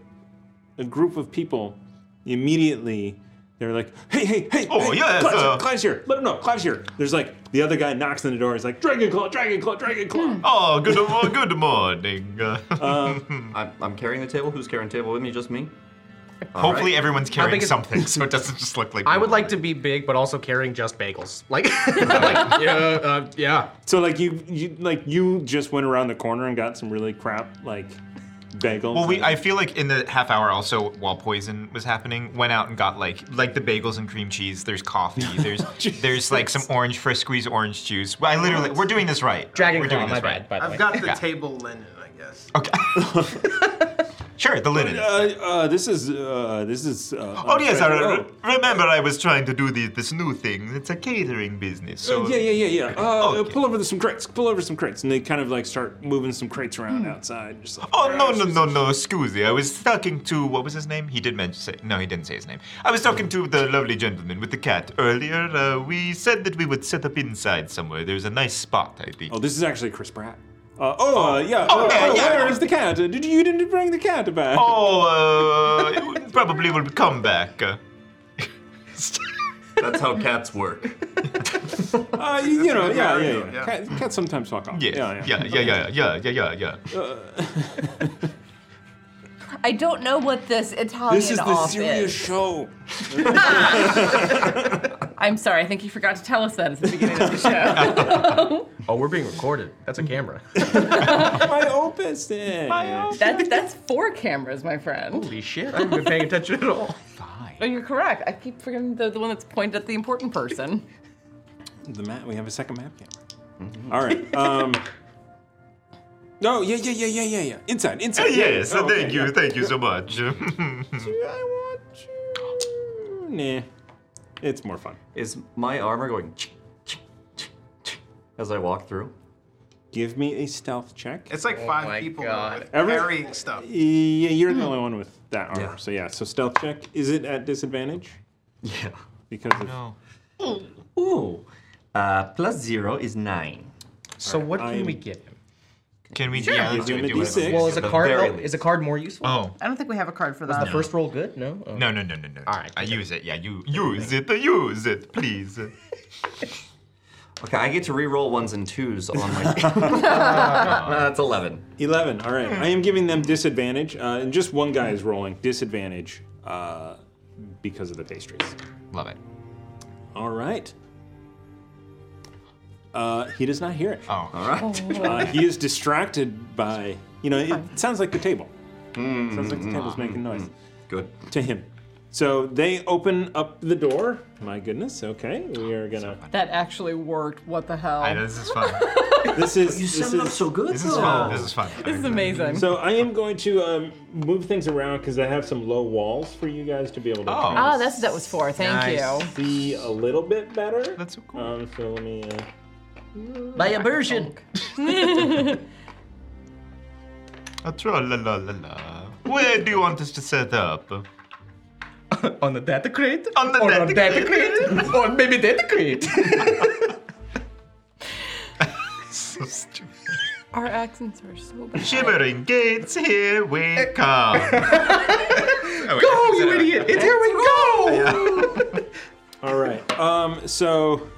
A: a group of people, immediately they're like, "Hey, hey, hey!
I: Oh,
A: hey,
I: yes,
A: Clive's,
I: uh,
A: here, Clive's here! Let him know, Clive's here!" There's like the other guy knocks on the door. He's like, "Dragon claw, dragon claw, dragon claw!"
I: Oh, good, mo- good morning. Uh,
E: I'm, I'm carrying the table. Who's carrying the table with me? Just me?
I: Hopefully everyone's
E: How
I: carrying
E: big is-
I: something, so it doesn't just look like.
H: I would like to be big, but also carrying just bagels. Like,
A: yeah, uh, yeah. So like you, you like you just went around the corner and got some really crap like bagels.
I: Well, we I feel like in the half hour also while poison was happening, went out and got like like the bagels and cream cheese. There's coffee. There's there's like some orange fresh squeeze orange juice. I literally we're doing this right.
H: Dragon
I: we're
H: Claw,
I: doing
H: my
I: this
H: bad,
I: right.
H: by
B: I've got the
I: Yeah.
B: table linen, I guess.
I: Sure, the linen.
A: Uh, uh, this is uh, this is. Uh,
I: Oh yes, I
A: oh.
I: re- remember I was trying to do the, this new thing. It's a catering business. So
A: Uh, yeah, yeah, yeah, yeah. Uh, Pull over some crates. Pull over some crates, and they kind of like start moving some crates around outside. Just like,
I: Oh no no no no! Excuse me. I was talking to what was his name? He did mention. Say, no, he didn't say his name. I was talking to the lovely gentleman with the cat earlier. Uh, we said that we would set up inside somewhere. There's a nice spot, I think.
A: Oh, this is actually Chris Pratt. Uh, oh, uh, yeah.
I: Oh, yeah, yeah.
A: Where is the cat? Uh, Did you, you didn't bring the cat back?
I: Oh, uh, it would- probably will come back. Uh,
E: That's how cats work.
A: uh, you, you know,
I: That's a
A: yeah,
I: good
A: yeah, yeah.
I: variant, yeah.
A: Cat, cats sometimes fuck off.
I: Yes.
A: Yeah, Uh,
I: Yeah, yeah, yeah, yeah, yeah, yeah, yeah.
F: I don't know what this Italian
A: This is the
F: off
A: serious
F: is.
A: show.
F: I'm sorry. I think you forgot to tell us that at the beginning of the show.
H: oh, we're being recorded. That's a camera.
A: My opus thing.
F: That, that's four cameras, my friend.
H: Holy shit! I haven't been paying attention at all.
F: Oh, you're correct. I keep forgetting the, the one that's pointed at the important person.
A: The map. We have a second map camera. All right. Um, no. Yeah. Yeah. Yeah. Yeah. Yeah. Yeah. Inside. Inside. yeah,
I: yes.
A: yeah.
I: uh,
A: Oh,
I: thank
A: okay,
I: you.
A: yeah.
I: Thank you so much.
A: Nah. It's more fun.
E: Is my armor going as I walk through?
A: Give me a stealth check.
B: It's like five people with
A: Every-
B: carrying stuff.
A: Yeah, you're the only one with that armor. So yeah, so stealth check. Is it at disadvantage?
E: Yeah.
A: Because of
E: Ooh. Uh, plus zero is nine.
H: So what can
E: I'm-
H: we get him?
I: Can we?
E: Sure. yeah, let's
I: do it, do it.
H: Well, is a
I: At the
H: card
I: very
H: oh, is a card more useful?
I: Oh.
F: I don't think we have a card for
H: Was
F: that.
H: the first roll good? No. Oh.
I: No, no, no, no, no. All right. I use it. Yeah, you use it. Use it, please.
E: Okay, I get to re-roll ones and twos on my. That's eleven.
A: Eleven. All right. I am giving them disadvantage, uh, and just one guy is rolling disadvantage uh, because of the pastries.
I: Love it.
A: All right. Uh, he does not hear it.
I: Oh,
E: all right.
A: uh, he is distracted by you know. It sounds like the table. sounds like the
E: mm,
A: table's
E: mm,
A: making noise.
E: Good.
A: To him. So they open up the door. My goodness. Okay, we are gonna.
F: That actually worked. What the hell?
I: is fun.
A: This is.
F: You
A: this
F: sum it up
A: is-
F: so good, This is though. fun. This is
I: fun.
F: This is amazing.
A: So I am going to um, move things around because I have some low walls for you guys to be able to.
F: Oh,
A: kind of
F: that's what that was for. Thank you.
A: See a little bit better. That's so cool. Um, so let me. Uh,
F: By immersion. Where
I: A tra la la la la. Where do you want us to set up?
H: on the data crate.
I: On the
H: or
I: data
H: on data crate. or maybe data crate.
I: So stupid.
F: Our accents are so bad.
I: Shimmering gates, here we come. Oh,
H: go, Oh, you idiot! It's here we go.
A: All right. Um, so,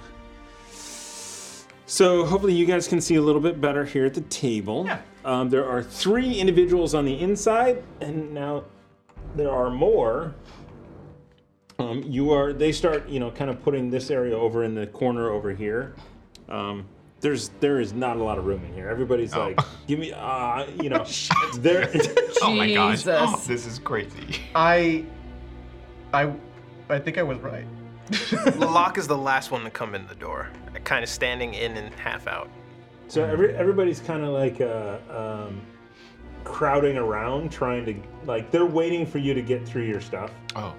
A: so hopefully you guys can see a little bit better here at the table. Um, there are three individuals on the inside, and now there are more. Um, you are. They start, you know, kind of putting this area over in the corner over here. Um, there's there is not a lot of room in here. Everybody's like, give me, uh, you know, there.
I: Oh my gosh. Oh, this is crazy.
H: I, I, I think I was right.
B: Locke is the last one to come in the door, kind of standing in and half out.
A: So every, everybody's kind of like uh, um, crowding around, trying to like they're waiting for you to get through your stuff.
I: Oh.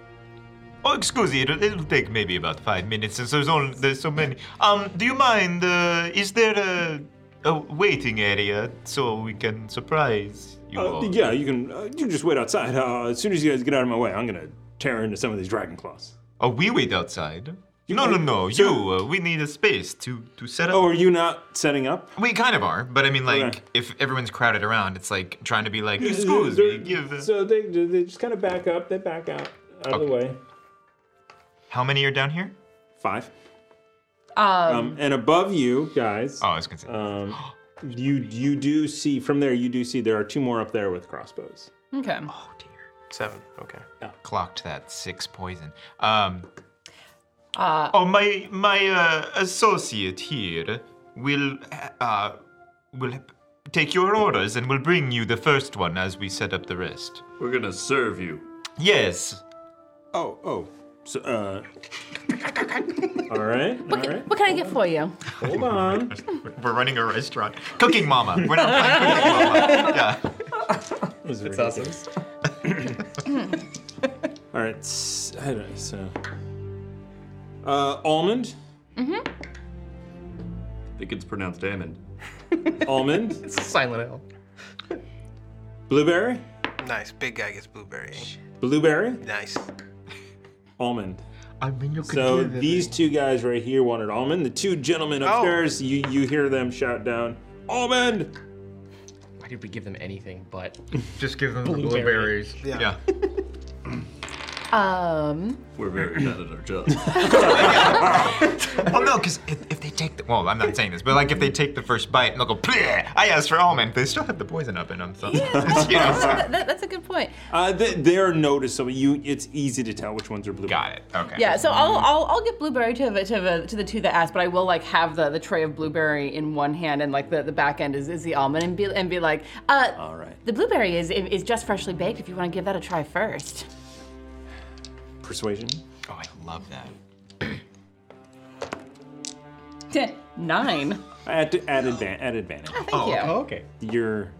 I: Oh, excuse me. It'll, it'll take maybe about five minutes since there's only there's so many. Um, do you mind? Uh, is there a, a waiting area so we can surprise you
A: Uh,
I: all?
A: yeah, you can. Uh, you just wait outside. Uh, as soon as you guys get out of my way, I'm gonna tear into some of these dragon claws.
I: Oh, we wait outside. no, no, no. you. Uh, we need a space to to set up.
A: Oh, are you not setting up?
I: We kind of are, but I mean, like, if everyone's crowded around, it's like trying to be like, excuse me.
A: So they they just kind of back up. They back out out of the way.
I: How many are down here?
A: Five.
F: Um,
A: Um, and above you guys. Oh,
I: I was gonna say.
A: Um, you you do see from there. You do see there are two more up there with crossbows.
F: Okay.
I: Seven. Okay. Clocked that six poison. Um.
F: Uh,
I: oh my my uh, associate here will uh will take your orders and will bring you the first one as we set up the rest.
L: We're gonna serve you.
I: Yes.
A: Oh oh. So uh. all right. All right.
F: What can I get for you?
A: Hold on.
I: We're running a restaurant. Cooking Mama. We're not playing Cooking Mama. Yeah.
A: It's
I: awesome.
A: All right. s- I don't know, so. Uh, almond.
F: Mm-hmm.
L: I think it's pronounced almond.
A: Almond.
H: It's a silent L.
A: Blueberry.
B: Nice. Big guy gets blueberry.
A: Blueberry.
B: Nice.
A: Almond.
I: I mean, you
A: So these two guys right here wanted almond. The two gentlemen
B: Oh.
A: upstairs, you you hear them shout down, almond.
H: Why did we give them anything but
I: just give them
H: the Blueberry.
I: blueberries?
H: Yeah.
F: Um.
L: We're very bad at our jobs.
I: well, no, because if, if they take the well, I'm not saying this, but like if they take the first bite and they'll go, Bleh! I asked for almond. They still have the poison up in them. So.
F: That's-
I: Yeah.
F: that- that- that's a good point.
A: Uh, they, they're noticeable. You, it's easy to tell which ones are blueberry. Got
I: it. Okay.
F: Yeah, so I'll, I'll I'll get blueberry to the, to the to the two that asked, but I will like have the, the tray of blueberry in one hand and like the, the back end is, is the almond and be and be like, uh,
A: all right,
F: the blueberry is is just freshly baked. If you want to give that a try first,
A: Persuasion.
I: Oh, I love that.
F: nine. Ah,
A: At at, advan- at advantage.
F: thank Oh, you. okay. Oh, okay.
A: You're.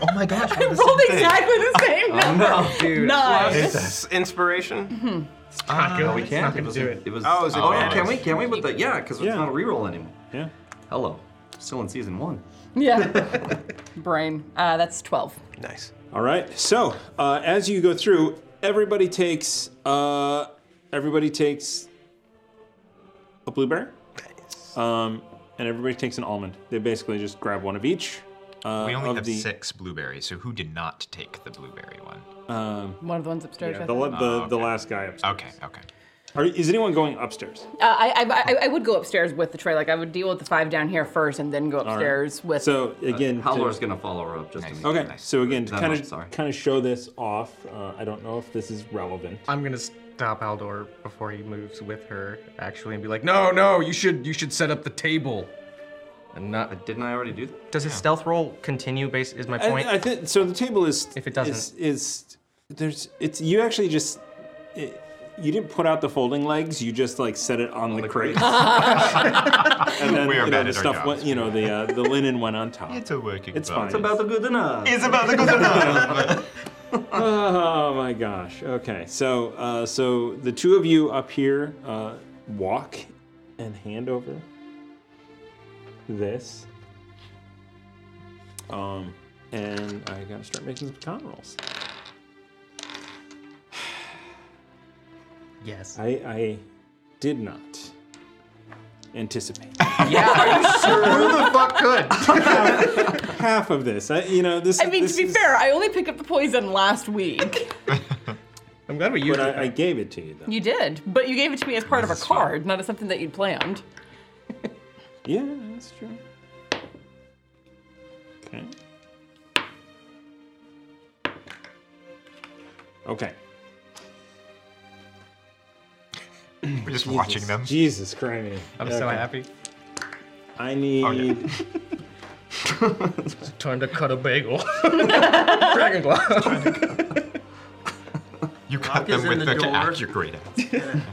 I: Oh my gosh.
F: I rolled exactly the same number. Nine.
B: Plus inspiration.
F: Mhm.
B: Ah,
E: no, we
B: it's
E: can't.
B: not
E: It
B: gonna
E: was,
B: do it.
E: it was.
B: Oh, is it
E: oh yeah,
B: advantage?
E: can we? Can we with the? Yeah, because it's not a reroll anymore.
A: Yeah.
E: Hello, still in season one.
F: Yeah. Brain. Uh, that's twelve.
B: Nice.
A: All right. So uh, as you go through, everybody takes uh, everybody takes a blueberry, um, and everybody takes an almond. They basically just grab one of each. Uh,
I: we only
A: of
I: have
A: the,
I: six blueberries, so who did not take the blueberry one?
A: Um,
F: One of the ones upstairs.
A: yeah,
F: I
A: the,
F: think.
A: la- the, the last guy upstairs.
I: Oh, Okay. Okay.
A: Are, is anyone going upstairs?
F: Uh, I, I, I I would go upstairs with the tray. Like I would deal with the five down here first, and then go
A: right.
F: upstairs with.
A: So again,
E: Haldor's
A: to-
E: gonna follow her up just. to
A: Okay, so again, to
E: No,
A: kind
E: no,
A: of
E: sorry.
A: kind of show this off, uh, I don't know if this is relevant.
H: I'm gonna stop Aldor before he moves with her, actually, and be like, no, no, you should you should set up the table. And not
E: didn't I already do that?
H: Does his stealth roll continue base is my
A: I-
H: point?
A: I, think so. The table is if it
H: doesn't-
A: is, is there's it's you actually just it, you didn't put out the folding legs. You just like set it on, the, crate, and then
I: We are
A: you know,
I: bad
A: the
I: at our
A: stuff went. You know the uh, the linen went on top.
I: It's a working.
A: It's fine.
I: progress.
E: It's about the good enough.
I: It's about the good enough.
A: oh my gosh. Okay. So uh, so the two of you up here uh, walk and hand over this. Um, and I gotta start making some con rolls.
H: Yes.
A: I, I did not anticipate
H: Who the fuck could?
A: half of this. I, you know, this.
F: I mean,
A: this
F: to be fair, I only picked up the poison last week.
A: I'm glad we used but it. I, I gave it to you though.
F: you did, but you gave it to me as part of a card, not as something that you'd planned.
A: Yeah, that's true. Okay. Okay.
I: We're just watching them.
A: Jesus Christ.
H: I'm so happy.
A: I need.
E: Oh,
H: Time to cut a bagel. Dragon claw.
I: You
B: cut
I: them with the, accurate.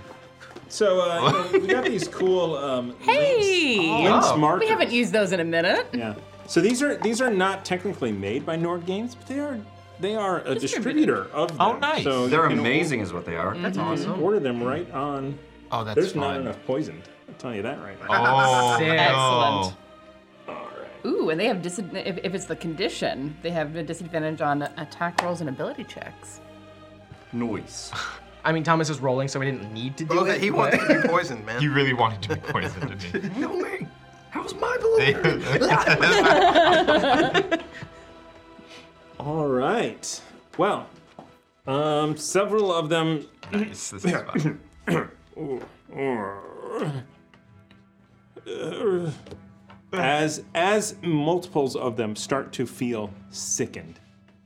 A: So uh, you know, we got these cool. Um,
F: Hey!
A: Links
E: Oh.
F: we
A: markers.
F: haven't used those in a minute.
A: yeah. So these are these are not technically made by Nord Games, but they are they are a distributor
F: Distributed.
A: of them.
E: Oh, nice.
A: you
E: They're
A: can
E: amazing
A: or-
E: is what they are. That's
A: you can
E: awesome.
A: Order them right on.
I: Oh, that's
A: There's not
I: fun.
A: enough poison. I'll tell you that right now.
I: Oh,
F: Excellent. Oooo, and they have dis- if, if it's the
E: Mm.
F: condition, they have a disadvantage on attack rolls and ability checks.
E: Noise.
H: I mean, Thomas is rolling, so he didn't need to do
B: Well,
H: it.
B: he wanted to be poisoned, man.
H: He
I: really wanted to be poisoned.
B: no way. How's my
A: All right. Well, um, several of them. Nice. This is fun. as as multiples of them start to feel sickened,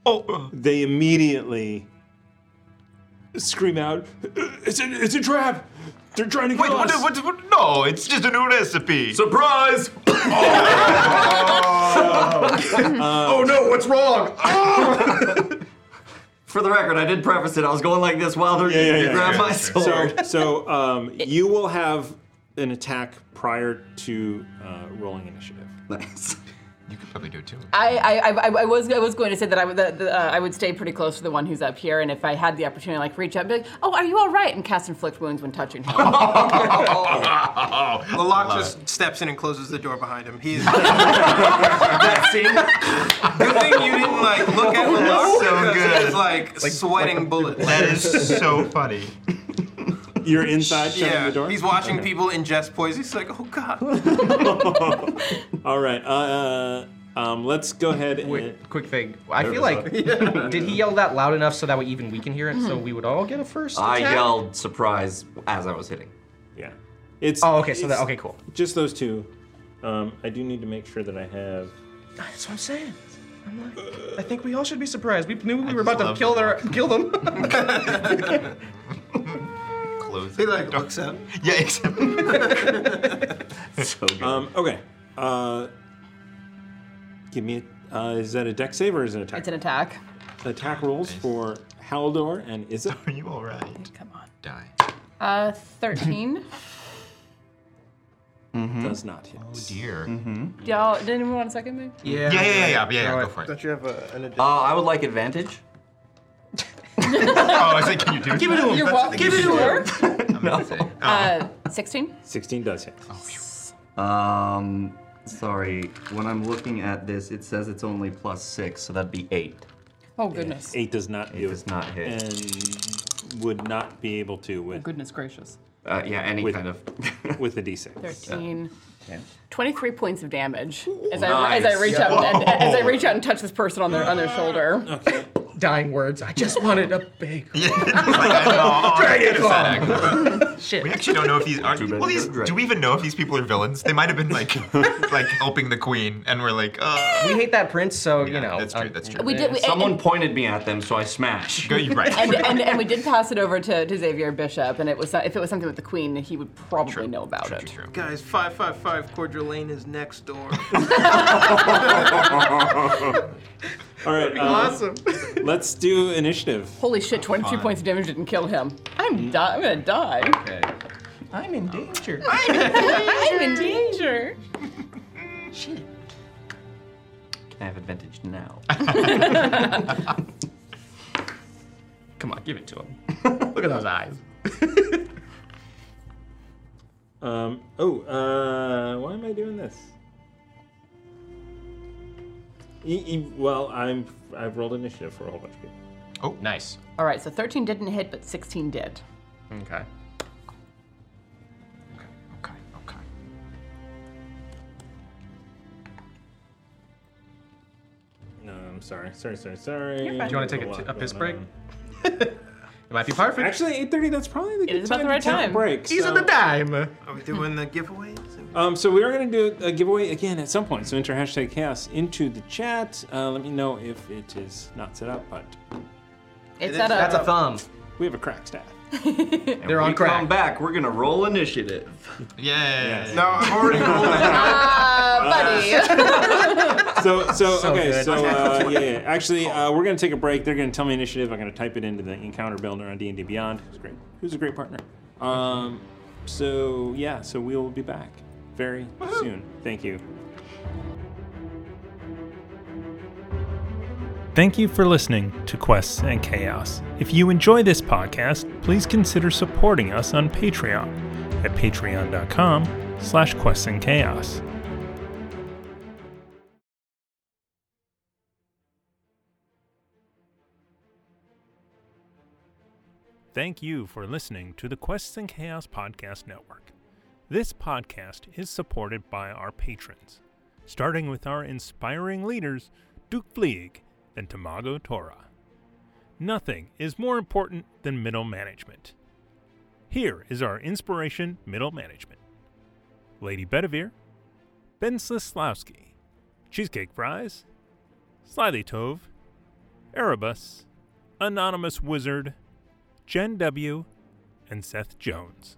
A: oh, they immediately scream out, "It's a it's a trap! They're trying to kill
I: Wait, what,
A: us!"
I: what, what, no, it's just a new recipe.
L: Surprise!
E: oh no, what's wrong? For the record, I did preface it. I was going like this while they're
A: Yeah, yeah,
E: you
A: yeah,
E: grab
A: yeah.
E: my sword.
A: So, so um, you will have an attack prior to uh, rolling initiative.
E: Nice.
I: You could probably do two.
F: I, I, I, I was I was going to say that I would that, that, uh, I would stay pretty close to the one who's up here, and if I had the opportunity, like reach out, and be like, "Oh, are you all right?" and cast inflict wounds when touching him.
B: Lalak
I: Love
B: just steps in and closes the door behind him. He's
E: that scene.
B: Good thing you didn't like look at Lalak
I: So
B: because
I: good.
B: he's like, sweating bullets.
I: That is so funny.
A: You're inside shutting
B: yeah,
A: the door.
B: he's watching
A: Okay.
B: people ingest poison. He's like, oh god.
A: All right. Uh, um, let's go ahead and.
H: quick thing. I
A: Nervous,
H: feel like
A: huh?
H: did he yell that loud enough so that way even we can hear it, so
A: Hmm.
H: we would all get a first.
E: I
H: attack?
E: yelled surprise as I was hitting.
A: Yeah. It's.
H: Oh, okay, so
A: it's
H: that- okay, cool.
A: Just those two. Um, I do need to make sure that I have.
H: That's what I'm saying. I'm like, I think we all should be surprised. We knew we were about to
A: love
H: kill their kill them.
I: Close.
B: He like looks up.
I: Yeah, except.
A: so good. Um, okay. Uh, give me. A, uh, is that a deck save or is it an attack?
F: it's an attack.
A: Attack rolls for Haldor and Izza. Are
I: you all right?
F: Come on.
I: Die. Oh,
F: Uh, thirteen.
H: Mm-hmm.
A: Does not hit. Oh
I: dear.
B: Mm-hmm.
F: Y'all, did anyone want a second thing?
E: Yeah, yeah, yeah, yeah, yeah, go for it.
B: Don't you have a, an
E: Uh, I would like advantage.
I: oh, I said, can you do
E: Give it to him.
F: You're welcome.
E: Give it to him.
I: Oh,
F: Uh, sixteen.
A: 16 does hit.
H: Oh,
E: Um, sorry. When I'm looking at this, it says it's only plus six, so that'd be eight.
F: Oh goodness.
A: Eight does not
E: Eight does not hit.
A: And would not be able to with.
F: goodness gracious.
E: Uh, yeah, any
A: with-
E: kind of.
A: with a d6.
F: Thirteen.
E: Yeah.
F: 23 points of damage as I,
H: Nice.
F: as I reach
H: Yeah.
F: out and, and- as I
H: Whoa.
F: reach out and touch this person on their on their shoulder.
H: Dying words. I just wanted a big.
I: Dragon
H: Shit.
I: We actually don't know if these are. Well, these, do we even know if these people are villains? They might have been like, like helping the queen, and we're like, uh.
H: We hate that prince, so you know. uh, That's
I: true. That's
B: uh,
F: true. We did- we-
E: Someone pointed me at them, so I smashed.
I: Go, you
F: And, and, and we did pass it over to, to Xavier Bishop, and it was if it was something with the Queen, he would probably know about it.
B: Guys, 555 Cordra Lane is next door.
A: All right. uh,
B: Awesome.
A: let's do initiative.
F: Holy shit! 22
A: Fine.
F: points of damage didn't kill him. I'm di- I'm gonna die.
A: Okay.
F: I'm in danger.
P: I'm
F: in danger.
P: Shit.
E: Can I have advantage now?
H: Come on, give it to him. Look at those eyes.
A: Um, oh, uh, why am I doing this? E- e- well, I'm I've rolled initiative for a whole bunch of people.
H: Oh, nice.
F: All right, so 13 didn't hit, but 16 did.
H: Okay.
A: No, I'm sorry, sorry, sorry, sorry.
H: You're fine. Do you wanna take a
A: There's
H: t-
A: lot
H: a piss
A: going
H: break? It might be perfect.
A: Actually, 8:30. That's probably the good
H: is about
A: time
H: the right
A: to take a
H: time.
A: Break.
H: These are the dime. Are
B: we doing the giveaway?
A: Um, so we are going to do a giveaway again at some point. So enter hashtag chaos into the chat. Uh, let me know if it is not set up, but
F: It's
A: at
F: at a- That's a
H: thumb.
A: We have a crack staff.
E: And when we Come back. We're gonna roll initiative.
I: Yeah.
B: No, I'm already
A: So, so,
E: So
A: okay,
E: good.
A: so uh, yeah, yeah. Actually, uh, we're going to take a break. They're going to tell me initiative. I'm going to type it into the encounter builder on D and D Beyond. It's great. Who's a great partner? Um, so yeah, so we will be back very soon. Thank you.
S: Thank you for listening to Quests and Chaos. If you enjoy this podcast, please consider supporting us on Patreon at patreon.com slash quests and chaos.
A: Thank you for listening to the Quests and Chaos Podcast Network. This podcast is supported by our patrons, starting with our inspiring leaders, Duke Fleeg and Tamago Tora. Nothing is more important than middle management. Here is our inspiration middle management Lady Bedivere, Ben Slislawski, Cheesecake Fries, Slyly Tove, Erebus, Anonymous Wizard, Jen W., and Seth Jones.